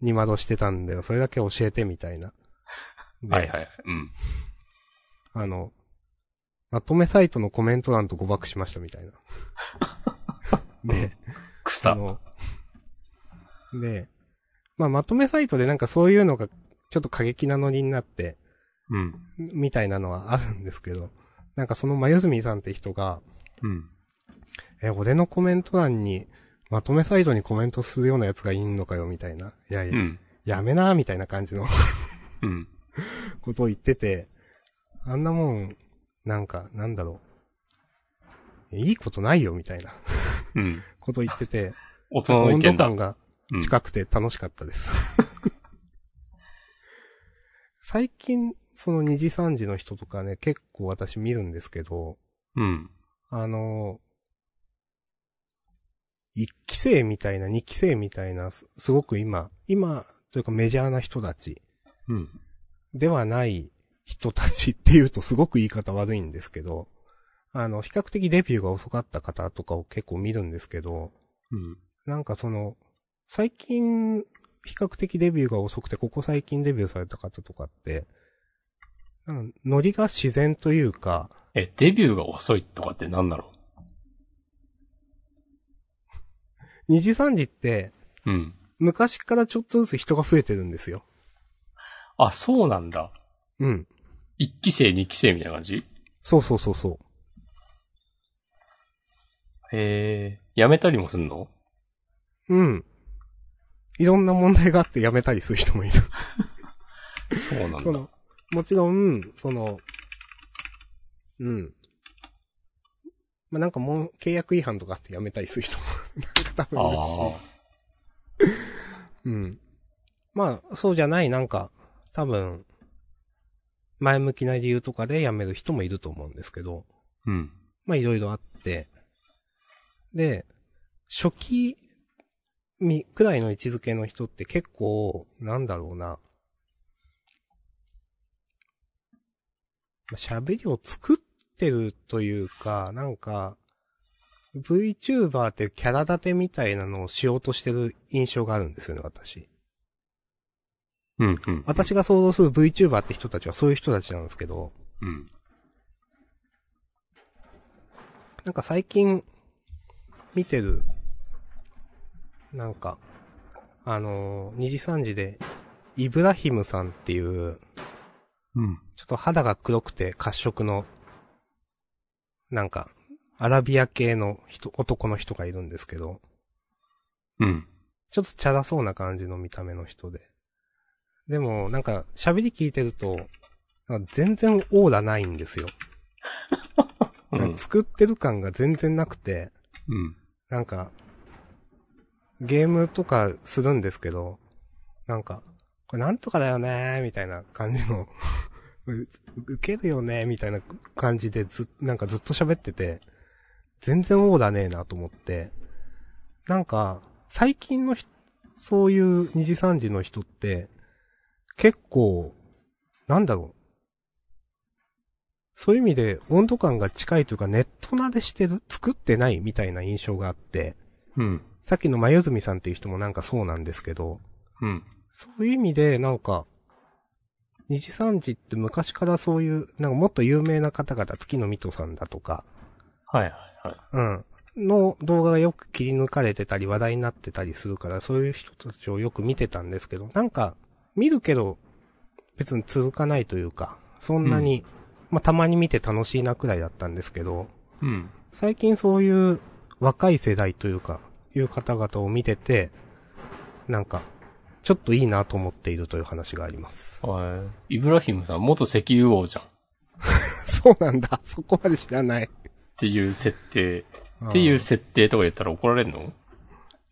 に窓してたんだよ。それだけ教えてみたいな。ではいはいはい。うん。あの、まとめサイトのコメント欄と誤爆しましたみた いな。で、あ草。の、で、まあ、まとめサイトでなんかそういうのがちょっと過激なノリになって、うん。みたいなのはあるんですけど、なんかそのまゆずみさんって人が、うん。え、俺のコメント欄に、まとめサイトにコメントするようなやつがいんのかよ、みたいな。いやいや、うん。やめな、みたいな感じのうん。ことを言ってて、あんなもん、なんか、なんだろう。いいことないよ、みたいな うん。ことを言ってて、大人の温意度見だ感。がうん近くて楽しかっ たです。最近、その2時3時の人とかね、結構私見るんですけど、うん。あの、1期生みたいな、2期生みたいな、すすごく今、今、というかメジャーな人たちうん。ではない人たちっていうとすごく言い方悪いんですけど、あの、比較的レビューが遅かった方とかを結構見るんですけど、うん。なんかその、最近、比較的レビューが遅くて、ここ最近デビューされた方とかって、なんかノリが自然というか、え、デビューが遅いとかってなんだろ二次三次って、ううん。昔からちょっとずつ人が増えてるんですよ。あ、そうなんだ。うん。一期生、二期生みたいな感じそうそうそうそう。へえ。やめたりもすんのうん。いろんな問題があって辞めたりする人もいる。そうなんそだ。の、もちろん、その、うん。まあ、なんかもう契約違反とかあって辞めたりする人も、 なんか多分いるあし。うん。まあ、そうじゃない、なんか、多分、前向きな理由とかで辞める人もいると思うんですけど。あ。うん。まあいろいろあって、で、初期み、くらいの位置づけの人って結構、なんだろうな。まあ喋りを作ってるというか、なんか、VTuber っていうキャラ立てみたいなのをしようとしてる印象があるんですよね、私。うん、うん。私が想像する VTuber って人たちはそういう人たちなんですけど、うん。なんか最近、見てる、なんか、あのー、二時三時で、イブラヒムさんっていう、うん。ちょっと肌が黒くて褐色の、なんか、アラビア系の人、男の人がいるんですけど、うん。ちょっとチャラそうな感じの見た目の人で。でも、なんか、喋り聞いてると、なんか全然オーラないんですよ。うなんんか。作ってる感が全然なくて、うん。なんか、ゲームとかするんですけど、なんか、これなんとかだよねーみたいな感じの、 う受けるよねーみたいな感じでず、なんかずっと喋ってて、全然オーダーねえなと思って、なんか、最近のひそういう二次三次の人って、結構、なんだろう。そういう意味で温度感が近いというかネットなでしてる作ってないみたいな印象があって、うん。さっきのまゆずみさんっていう人もなんかそうなんですけど、うん。そういう意味でなんか、二次三次って昔からそういう、なんかもっと有名な方々、月の水戸さんだとか、はいはいはい。うん。の動画がよく切り抜かれてたり話題になってたりするから、そういう人たちをよく見てたんですけど、なんか、見るけど、別に続かないというか、そんなに、まあ、たまに見て楽しいなくらいだったんですけど、うん。最近そういう若い世代というか、いう方々を見てて、なんか、ちょっといいなと思っているという話があります。はい。イブラヒムさん、元石油王じゃんっ そうなんだ。そこまで知らない。ていう設定。っていう設定とか言ったら怒られるの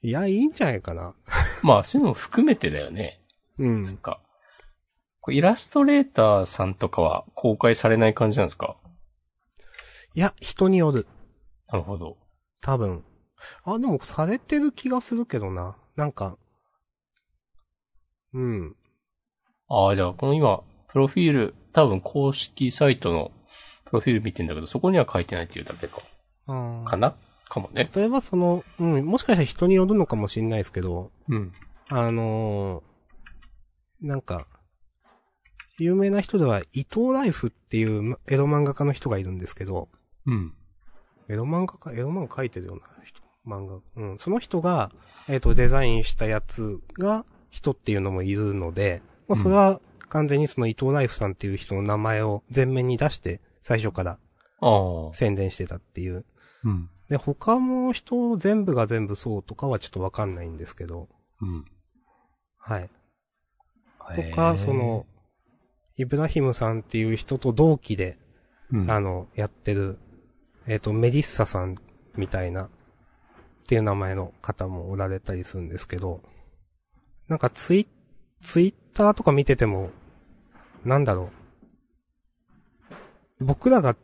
いや、いいんじゃないかな。まあ、そういうのも含めてだよね。うなんん。か。これイラストレーターさんとかは公開されない感じなんですかいや、人による。なるほど。多分。あ、でもされてる気がするけどな。なんか、うん。ああ、じゃあ、この今、プロフィール、多分公式サイトのプロフィール見てんだけど、そこには書いてないっていうだけか。あかなかもね。それはその、うん、もしかしたら人によるのかもしれないですけど、うん。あのーなんか、有名な人では伊藤ライフっていうまエロ漫画家の人がいるんですけど、うん。エロ漫画家、エロ漫画書いてるような人、漫画。うん、その人が、えっ、と、デザインしたやつが人っていうのもいるので、まあ、それは完全にその伊藤ライフさんっていう人の名前を前面に出して、最初からああ。宣伝してたっていう。うん。で、他も人全部が全部そうとかはちょっとわかんないんですけど、うん。はい。とへか、ーその、、イブラヒムさんっていう人と同期で、うん、あの、やってる、えっ、と、メリッサさんみたいな、っていう名前の方もおられたりするんですけど、なんかツイ、ツイッターとか見てても、なんだろう。僕らが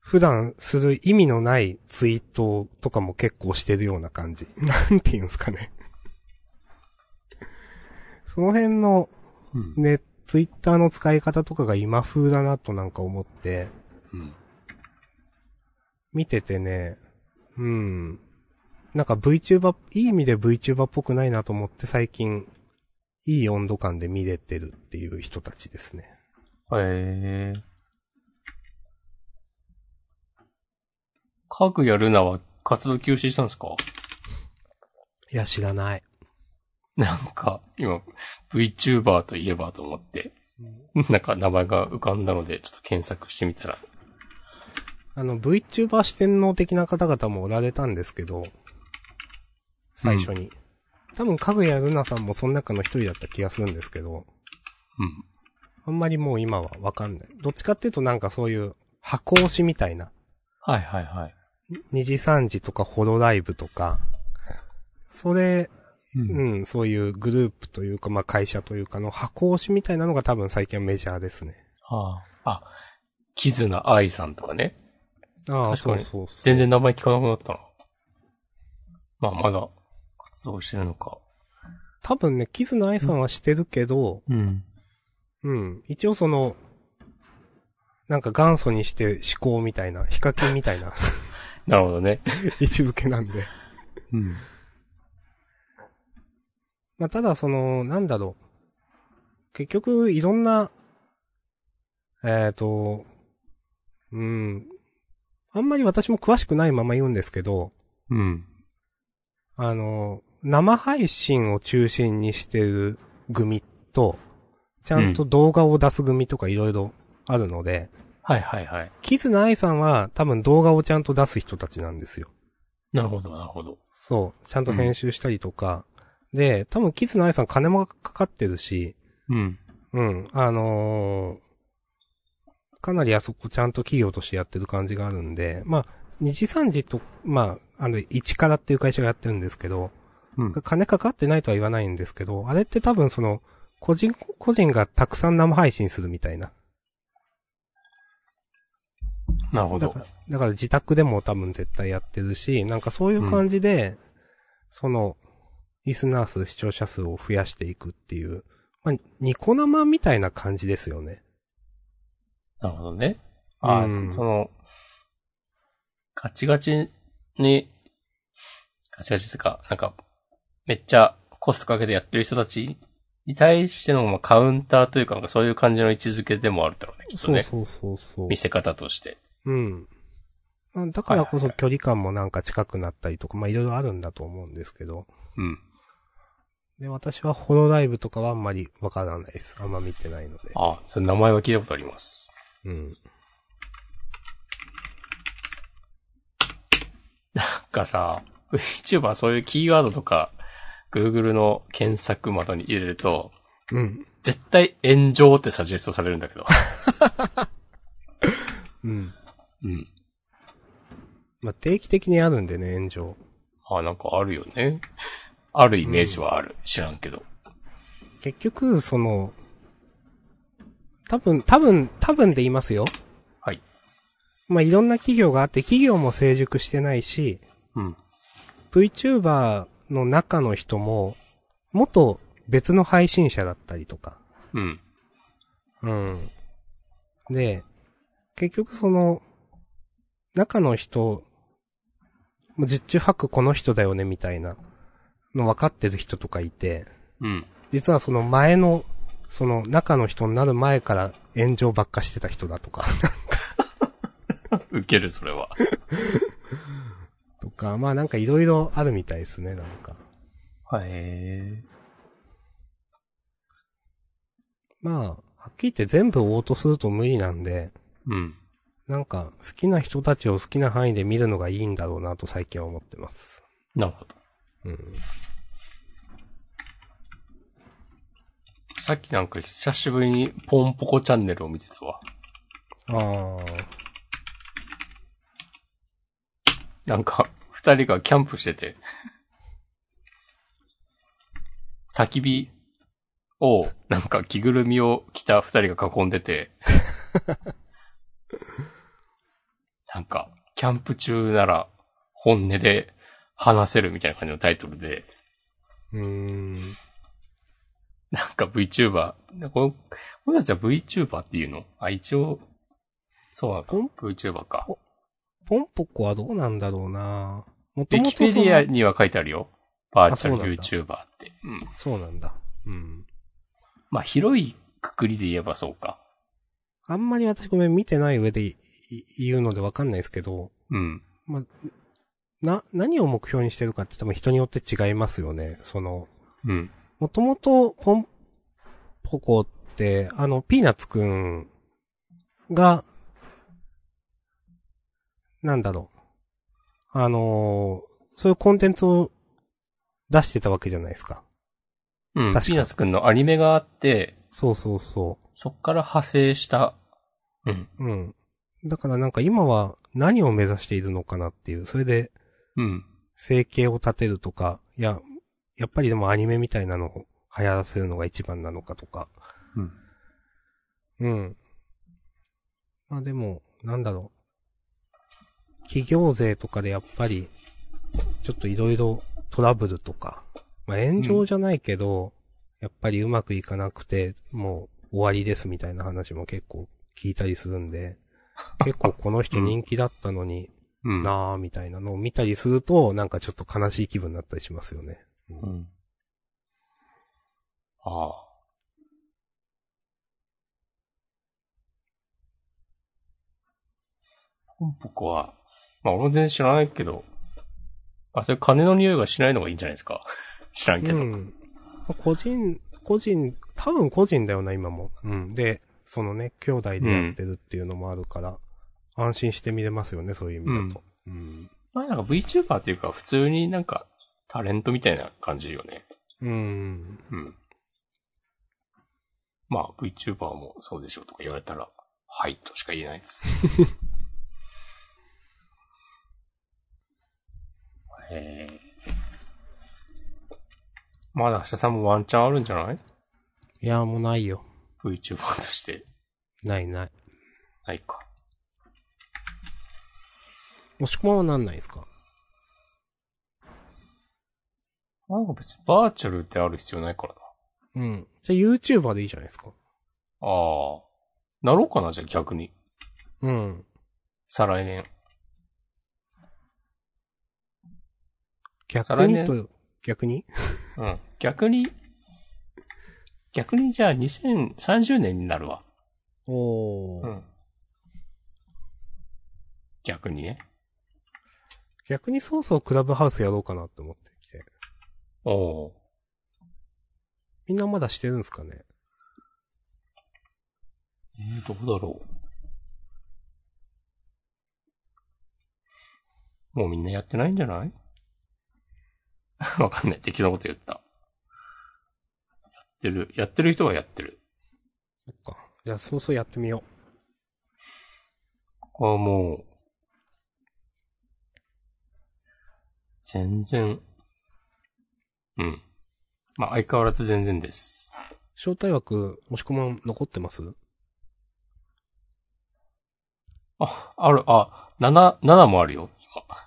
普段する意味のないツイートとかも結構してるような感じ。 なんて言うんですかね。その辺のうん。ね、ツイッターの使い方とかが今風だなとなんか思って、うん。見ててね、うん。なんか VTuber、いい意味で VTuber っぽくないなと思って最近、いい温度感で見れてるっていう人たちですね。へえ。かぐやるなは活動休止したんですか いや、知らない。なんか、今、VTuber といえばと思って、なんか名前が浮かんだので、ちょっと検索してみたら、あの、VTuber 四天王的な方々もおられたんですけど、最初に。多分、かぐやるなさんもその中の一人だった気がするんですけど、うん。あんまりもう今はわかんない。どっちかっていうとなんかそういう箱推しみたいな。はいはいはい。 2時3時とかホロライブとか、それ、うう。ん、そういうグループというか、まあ会社というかの箱推しみたいなのが多分最近はメジャーですね。ああ。あ、キズナアイさんとかね。ああそうそうそ全然名前聞かなくなったな。まあ、まだ、活動してるのか。多分ね、キズナアイさんはしてるけど、うん。うん。一応その、なんか元祖にして思考みたいな、ヒカキンみたいな なるほどね。位置づけなんで。うん。まあ、ただその、なんだろう。結局、いろんな、えっ、と、うん。あんまり私も詳しくないまま言うんですけど、うん。あの、生配信を中心にしてる組と、ちゃんと動画を出す組とかいろいろあるので、はいはいはい。キズナアイさんは多分動画をちゃんと出す人たちなんですよ。なるほど、なるほど。そう。ちゃんと編集したりとか。で、多分キズナアイさん金もかかってるし、うん。うん、あのーかなりあそこちゃんと企業としてやってる感じがあるんで、まあ、2次3次と、まあ、あの、1からっていう会社がやってるんですけど、うん。金かかってないとは言わないんですけど、あれって多分その、個人、個人がたくさん生配信するみたいな。なるほだどか。ら、だから自宅でも多分絶対やってるし、なんかそういう感じで、その、リスナー数、視聴者数を増やしていくっていう、まあ、ニコ生みたいな感じですよね。なるほどね。ああ、うんそその、ガチガチに、ガチガチですか、なんか、めっちゃコストかけてやってる人たちに対してのまあカウンターというか、なんかそういう感じの位置づけでもあるだろうね、きっとそうね。そうそうそう見。せ方として。うん。まあだからはいはこいそはい距離感もなんか近くなったりとか、まあ、いろいろあるんだと思うんですけど。うん。で、私はホロライブとかはあんまりわからないです。あんま見てないので。ああ、それ名前は聞いたことあります。うん。なんかさ、VTuber はそういうキーワードとか、Google の検索窓に入れると、うん。絶対炎上ってサジェストされるんだけど。うん。うん。まあ、定期的にあるんでね、炎上。あ、なんかあるよね。あるイメージはある。知らんけど。結局、その、多分、多分、多分で言いますよ。はい。まあ、いろんな企業があって、企業も成熟してないし、うん。 VTuber の中の人も、元別の配信者だったりとか。うん。うん。で、結局その、中の人、もう十中八九この人だよね、みたいな、の分かってる人とかいて、うん。実はその前の、その中の人になる前から炎上ばっかしてた人だとか、ウケる、それは。とか、まあなんかいろいろあるみたいですね、なんか。へまあ、はっきり言って全部応答すると無理なんで、うん。なんか好きな人たちを好きな範囲で見るのがいいんだろうなと最近は思ってます。なるほど。うん。さっきなんか久しぶりにポンポコチャンネルを見てたわ。あなんか、二人がキャンプしてて、焚き火を、なんか着ぐるみを着た二人が囲んで て、なんか、キャンプ中なら本音で話せるみたいな感じのタイトルで、ー。うーん。なんか VTuber、この、このやつは VTuber っていうのあ、一応、そうなのかん。 VTuber か。ポンポコはどうなんだろうなもウとィもキとペそディアの、には書いてあるよ。バーチャルあそうなんだ YouTuber って。うん。そうなんだ。うん。まあ、広いくくりで言えばそうか。あんまり私ごめん見てない上でいい言うのでわかんないですけど、うん。まあ、な、何を目標にしてるかって多分人によって違いますよね。その、うん。もともとポンポコって、あの、ピーナッツくんが、なんだろう。あのーそういうコンテンツを出してたわけじゃないですか。うん。確かにピーナッツくんのアニメがあって、そうそうそそっから派生した。うん。う。うん。だからなんか今は何を目指しているのかなっていう。それで、うん。生計を立てるとか、いや、やっぱりでもアニメみたいなのを流行らせるのが一番なのかとか。うん。うん。まあでも、なんだろう。企業税とかでやっぱり、ちょっといろいろトラブルとか、まあ、炎上じゃないけど、やっぱりうまくいかなくて、もう終わりですみたいな話も結構聞いたりするんで、結構この人人気だったのに、うん。なーみたいなのを見たりすると、なんかちょっと悲しい気分になったりしますよね。うん。ああ。ポンポコは、まあ俺も全然知らないけど、あ、それ金の匂いがしないのがいいんじゃないですか。 知らんけど。うん。個人、個人、多分個人だよな、今も。うん。で、そのね、兄弟でやってるっていうのもあるから、安心して見れますよね、そういう意味だと。うん。まあなんか VTuber っていうか普通になんかタレントみたいな感じよね。うん。うん。まあ VTuber もそうでしょうとか言われたら、はいとしか言えないです。へえ。まだ明日さんもワンチャンあるんじゃないいや、もうないよ。 ?VTuber として。ないない。ないか。もしくはなんないですかなんか別にバーチャルである必要ないからな。うん。じゃあ YouTuber でいいじゃないですか。ああ。なろうかなじゃあ逆に。うん。再来年。逆にと、逆にうん。逆に、逆にじゃあ2030年になるわ。おー、ん。逆にね。逆にそうそうクラブハウスやろうかなって思ってきて。おおみんなまだしてるんですかねー。えー、どうだろう。もうみんなやってないんじゃない わかんない。適当なこと言った。やってる。やってる人はやってる。そっか。じゃあそうそうやってみよああ、もう。全然。うん。まあ、相変わらず全然です。う。招待枠、もしくも残ってますあ、ある、あ、7、7もあるよ、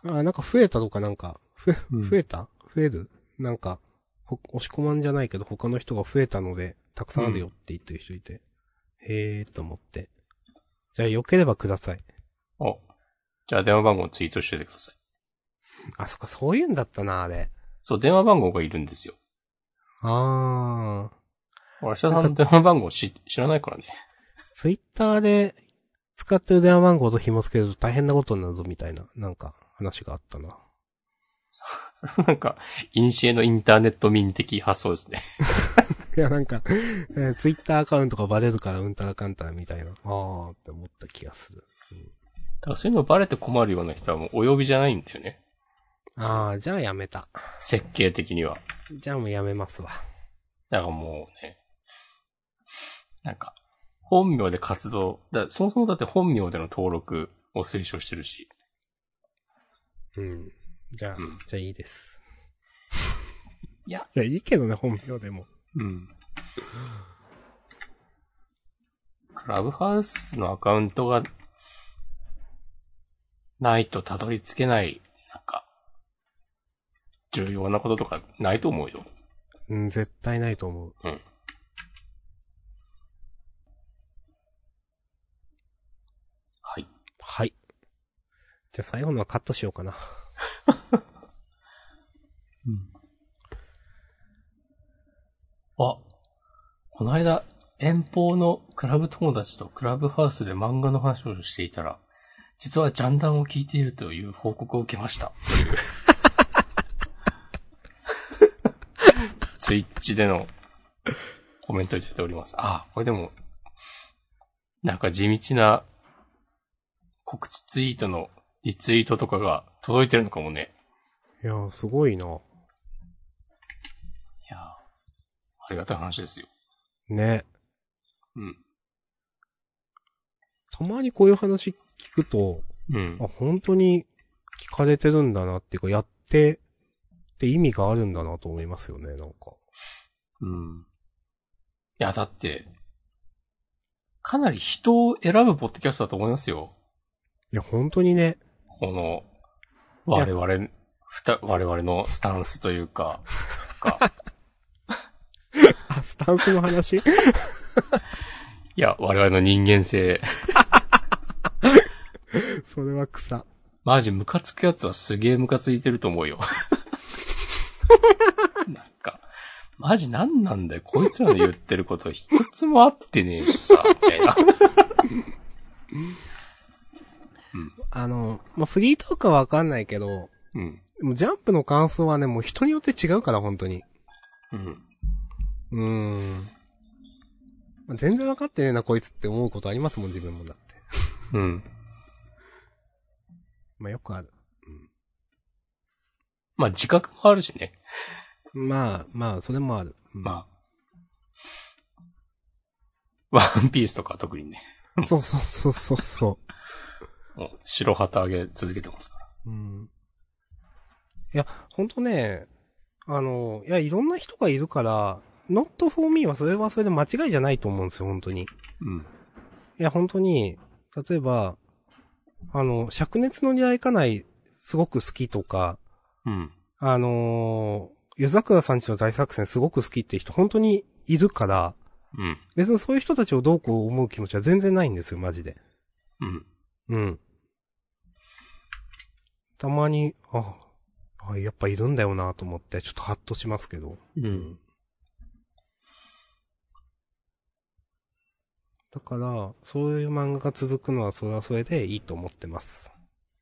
あ、なんか増えたとかなんか、ふ今。増えた増えるなんか、ほ、押し込まんじゃないけど他の人が増えたので、たくさんあるよって言ってる人いて。へえーと思って。じゃあ良ければください。お。じゃあ電話番号ツイートしててください。あ、そっか、そういうんだったな、あれ。そう、電話番号がいるんですよ。あー。俺、明日さんの電話番号知、知らないからね。 ツイッターで使ってる電話番号と紐付けると大変なことになるぞみたいな、なんか話があったな。なんか、インシエのインターネット民的発想ですね。いや、なんか、えーツイッターアカウントがバレるからうんたらかんたらみたいな、あーって思った気がする。だからそういうのバレて困るような人はもうお呼びじゃないんだよね。あー、じゃあやめた。設計的には。じゃあもうやめますわ。だからもうね。なんか、本名で活動、だそもそもだって本名での登録を推奨してるし。うん。じゃあ、うんじゃあいいです。いや。いや、いいけどね、本名でも。うん。クラブハウスのアカウントが、ないとたどり着けない、なんか、重要なこととかないと思うよ。うん、絶対ないと思う。うん。はい。はい。じゃあ最後のはカットしようかな。あ、この間、遠方のクラブ友達とクラブハウスで漫画の話をしていたら、実はジャンダンを聞いているという報告を受けま した。ツイッチでのコメントをいただいております。あ、これでも、なんか地道な告知ツイートのリツイートとかが届いてるのかもね。いやー、すごいな。いやーありがたい話ですよ。ね。うん。たまにこういう話聞くと、うんあ、。本当に聞かれてるんだなっていうか、やってって意味があるんだなと思いますよね、なんか。うん。いや、だって、かなり人を選ぶポッドキャストだと思いますよ。いや、本当にね、この、我々、ふた、我々のスタンスというか、なんかあ、スタンスの話 いや、我々の人間性。それは草。マジムカつくやつはすげえムカついてると思うよ。なんか、マジなんなんだよ。こいつらの言ってること一つも合ってねえしさ、みたいな。あの、まあ、フリートークはわかんないけど、うん。もうジャンプの感想はね、もう人によって違うから、本当に。うん。うーん。まあ全然わかってねえな、こいつって思うことありますもん、自分もだって。うん。まあ、よくある。まあ自覚もあるしね。まあ、まあ、それもある。うんまあ。 ワンピースとか特にね、そうそうそうそうそもう白旗揚げ続けてますから。う。うん。いや、ほんとね、あの、いや、いろんな人がいるから、not for me はそれはそれで間違いじゃないと思うんですよ、本当に。うん。いや、本当に、例えば、あの、灼熱の似合いかない、すごく好きとか、うん。あのー、湯桜さんちの大作戦すごく好きって人、本当にいるから、うん。別にそういう人たちをどうこう思う気持ちは全然ないんですよ、マジで。うん。うん。たまに、あ、あやっぱいるんだよなと思って、ちょっとハッとしますけど。うん。だから、そういう漫画が続くのはそれはそれでいいと思ってます。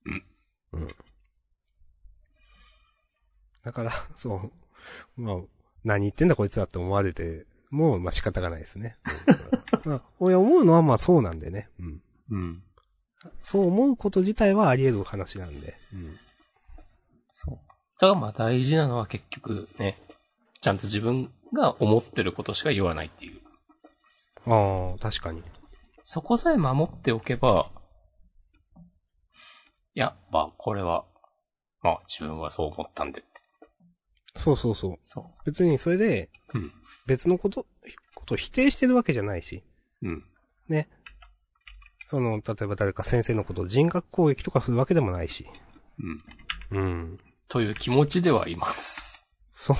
うん。うん。だから、 そう。まあ、何言ってんだこいつらって思われて、もう、まあ仕方がないです ね。うんまあ、俺思うのはまあそうなんでね。うん。うん。そう思うこと自体はあり得る話なんで。うん。そう。だからまあ大事なのは結局ね、ちゃんと自分が思ってることしか言わないっていう。ああ、確かに。そこさえ守っておけば、いや、まあこれは、まあ自分はそう思ったんでって。そうそうそう。そ別にそれでう。うん。別のこと、ことを否定してるわけじゃないし。うん。ね。その、例えば誰か先生のことを人格攻撃とかするわけでもないし。うん。うん。という気持ちではいます。そ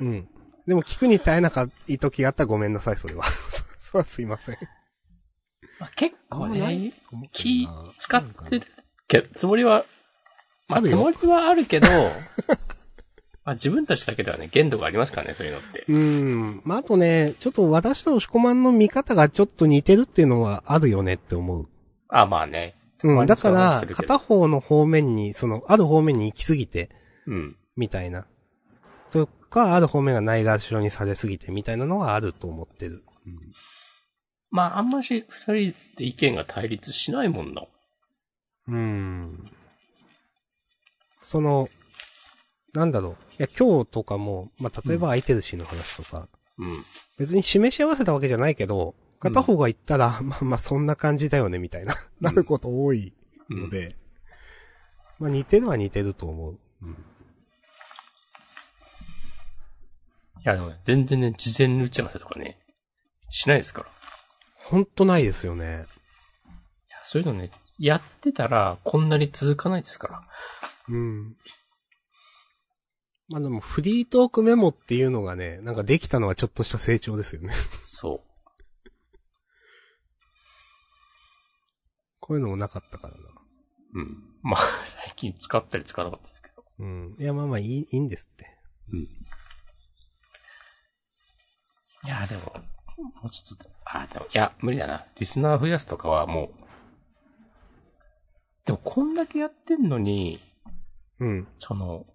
う。うん。でも聞くに耐えなかった時があったらごめんなさい、それは。 そそれはすいません。まあ、結構あんまないね、と思うけ気どな使っなんかてねるけつもりは、まああるよつもりはあるけど、 まあ自分たちだけではね、限度がありますからね、そういうのって。うん。まあ、あとね、ちょっと私の押し込まんの見方がちょっと似てるっていうのはあるよねって思う。あ、まあね。うん。だか話しらて、るけど片方の方面に、その、ある方面に行き過ぎて、うん。みたいな。とか、ある方面がないがしろにされすぎて、みたいなのはあると思ってる。まあ、あんまし二人で意見が対立しないもんな。うん。その、なんだろう。いや、今日とかも、まあ、例えば空いてるしの話とか、うん。別に示し合わせたわけじゃないけど、片方が言ったら、まあまあそんな感じだよね、みたいな、なること多いので、まあ似てるは似てると思う。いや、でもね、全然ね、事前打ち合わせとかね、しないですから。いほんとないですよね。や、そういうのね、やってたら、こんなに続かないですから。うん。まあでも、フリートークメモっていうのがね、なんかできたのはちょっとした成長ですよね。 そこういうのもなかったからな。う。うん。まあ、最近使ったり使わなかったですけど。うん。いや、まあまあいい、いいんですって。うん。いや、でも、もうちょっと、あ、でも、いや、無理だな。リスナー増やすとかはもう、でも、こんだけやってんのに、うん。その、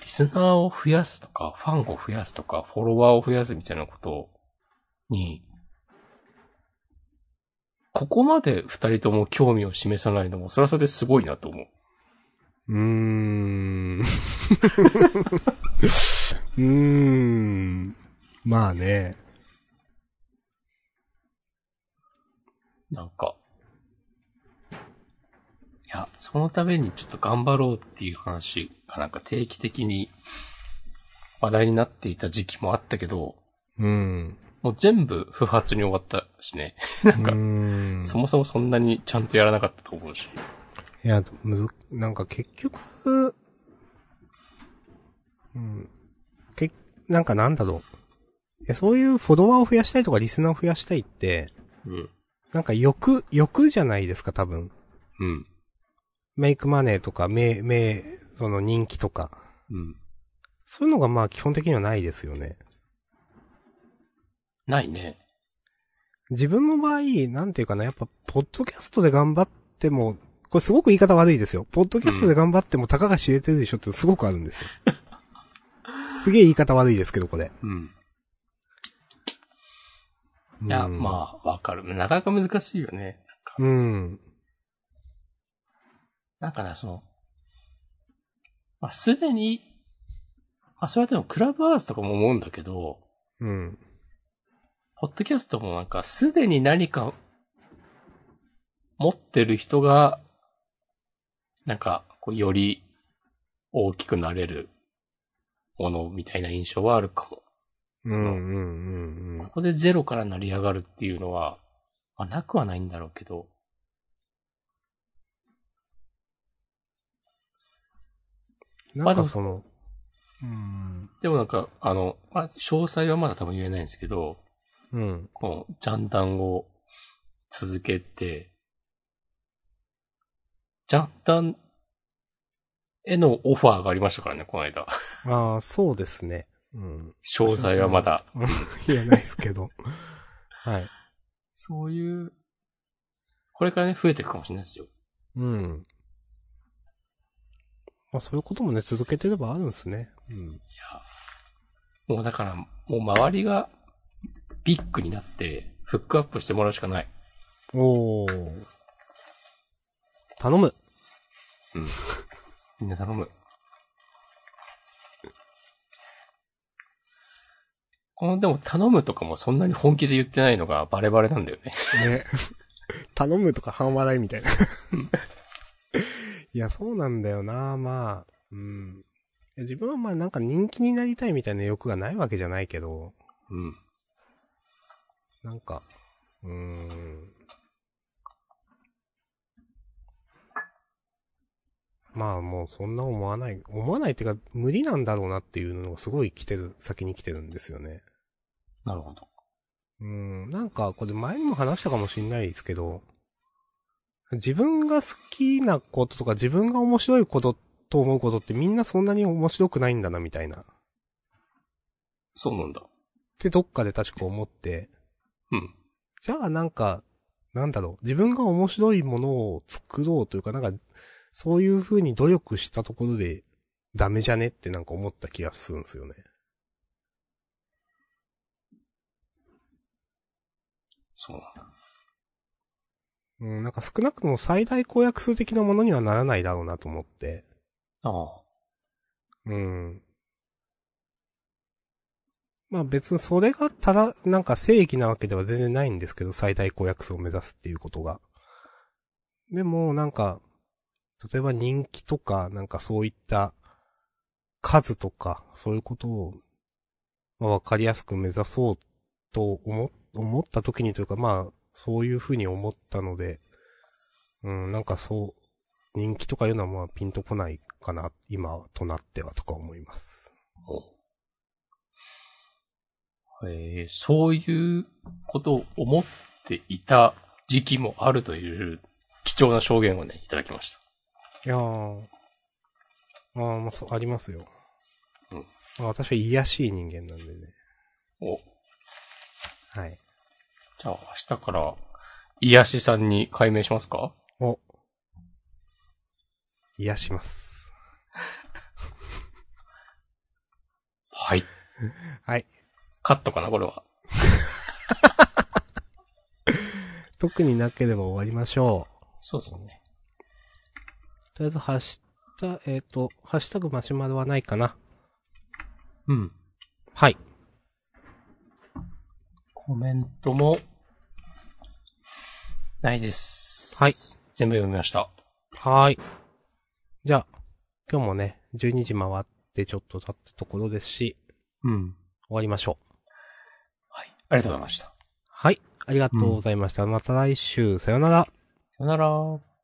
リスナーを増やすとか、ファンを増やすとか、フォロワーを増やすみたいなことに、ここまで二人とも興味を示さないのも、それはそれですごいなと思う。うーん。う ーん。まあね。なんか。いや、そのためにちょっと頑張ろうっていう話がなんか定期的に話題になっていた時期もあったけど、うん。もう全部不発に終わったしね。なんかうーんそもそもそんなにちゃんとやらなかったと思うし。へいや、むず、なんか結局、うん、け、なんかなんだろう。いやそういうフォロワーを増やしたいとかリスナーを増やしたいって、うん。なんか欲、欲じゃないですか、多分。うん。メイクマネーとか、名、名、その人気とか。うん。そういうのがまあ基本的にはないですよね。ないね。自分の場合、なんていうかな、やっぱ、ポッドキャストで頑張っても、これすごく言い方悪いですよ。ポッドキャストで頑張っても、たかが知れてるでしょってすごくあるんですよ。 すげえ言い方悪いですけど、これ。うん。いや、うんまあ、わかる。なかなか難しいよね。うなんか、ん。なんかな、その、まあ、すでに、まあ、それはでも、クラブハウスとかも思うんだけど、うん。ポッドキャストもなんか、すでに何か、持ってる人が、なんか、こう、より、大きくなれる、もの、みたいな印象はあるかも。うん。うん。うん。うんここでゼロから成り上がるっていうのは、まあ、なくはないんだろうけど。なんかその、うん。でもなんか、あの、まあ、詳細はまだ多分言えないんですけど、うん。このジャンダンを続けて、ジャンダンへのオファーがありましたからね、この間。ああ、そうですね。 うん。詳細はまだ。言えないですけど。はい。そういう、これからね、増えていくかもしれないですよ。うん。まあそういうこともね、続けてればあるんですね。うん。いや、もうだから、もう周りがビッグになって、フックアップしてもらうしかない。おお。頼む。みんな頼む。この、でも頼むとかもそんなに本気で言ってないのがバレバレなんだよね。ね。 頼むとか半笑いみたいな。 いや、そうなんだよな、まあ。うん。いや自分はまあなんか人気になりたいみたいな欲がないわけじゃないけど、うん。なんか、うーん。まあもうそんな思わない、思わないっていうか無理なんだろうなっていうのがすごい来てる、先に来てるんですよね。なるほど。うん、なんかこれ前にも話したかもしんないですけど、自分が好きなこととか自分が面白いことと思うことってみんなそんなに面白くないんだなみたいな。っそうなんだ。てどっかで確か思って、うん。じゃあなんか、なんだろう、自分が面白いものを作ろうというか、なんか、そういう風に努力したところでダメじゃねってなんか思った気がするんですよね。そうなんだ。うん、なんか少なくとも最大公約数的なものにはならないだろうなと思って。ああ。うん。まあ別にそれがただ、なんか正義なわけでは全然ないんですけど、最大公約数を目指すっていうことが。でも、なんか、例えば人気とか、なんかそういった数とか、そういうことを、まあわかりやすく目指そうと思、思った時にというか、まあ、そういうふうに思ったので、うん、なんかそう、人気とかいうのはまあピンとこないかな、今となってはとか思います。えーそういうことを思っていた時期もあるという貴重な証言をね、いただきました。いやー。あーまあ、そう、ありますよ。うんまあ、私は癒やしい人間なんでね。お、はい。じゃあ明日から、癒しさんに解明しますかお。癒やします。はい。はい。カットかな、これは。特になければ終わりましょう。そうですね。とりあえず、ハッシュタ、えっ、と、ハッシュタグマシュマロはないかな。うん。はい。コメントも、ないです。はい。全部読みました。はーい。じゃあ、今日もね、12時回ってちょっと経ったところですし、うん。終わりましょう。はい。ありがとうございました。はい。ありがとうございました。また来週、さよなら。さよなら。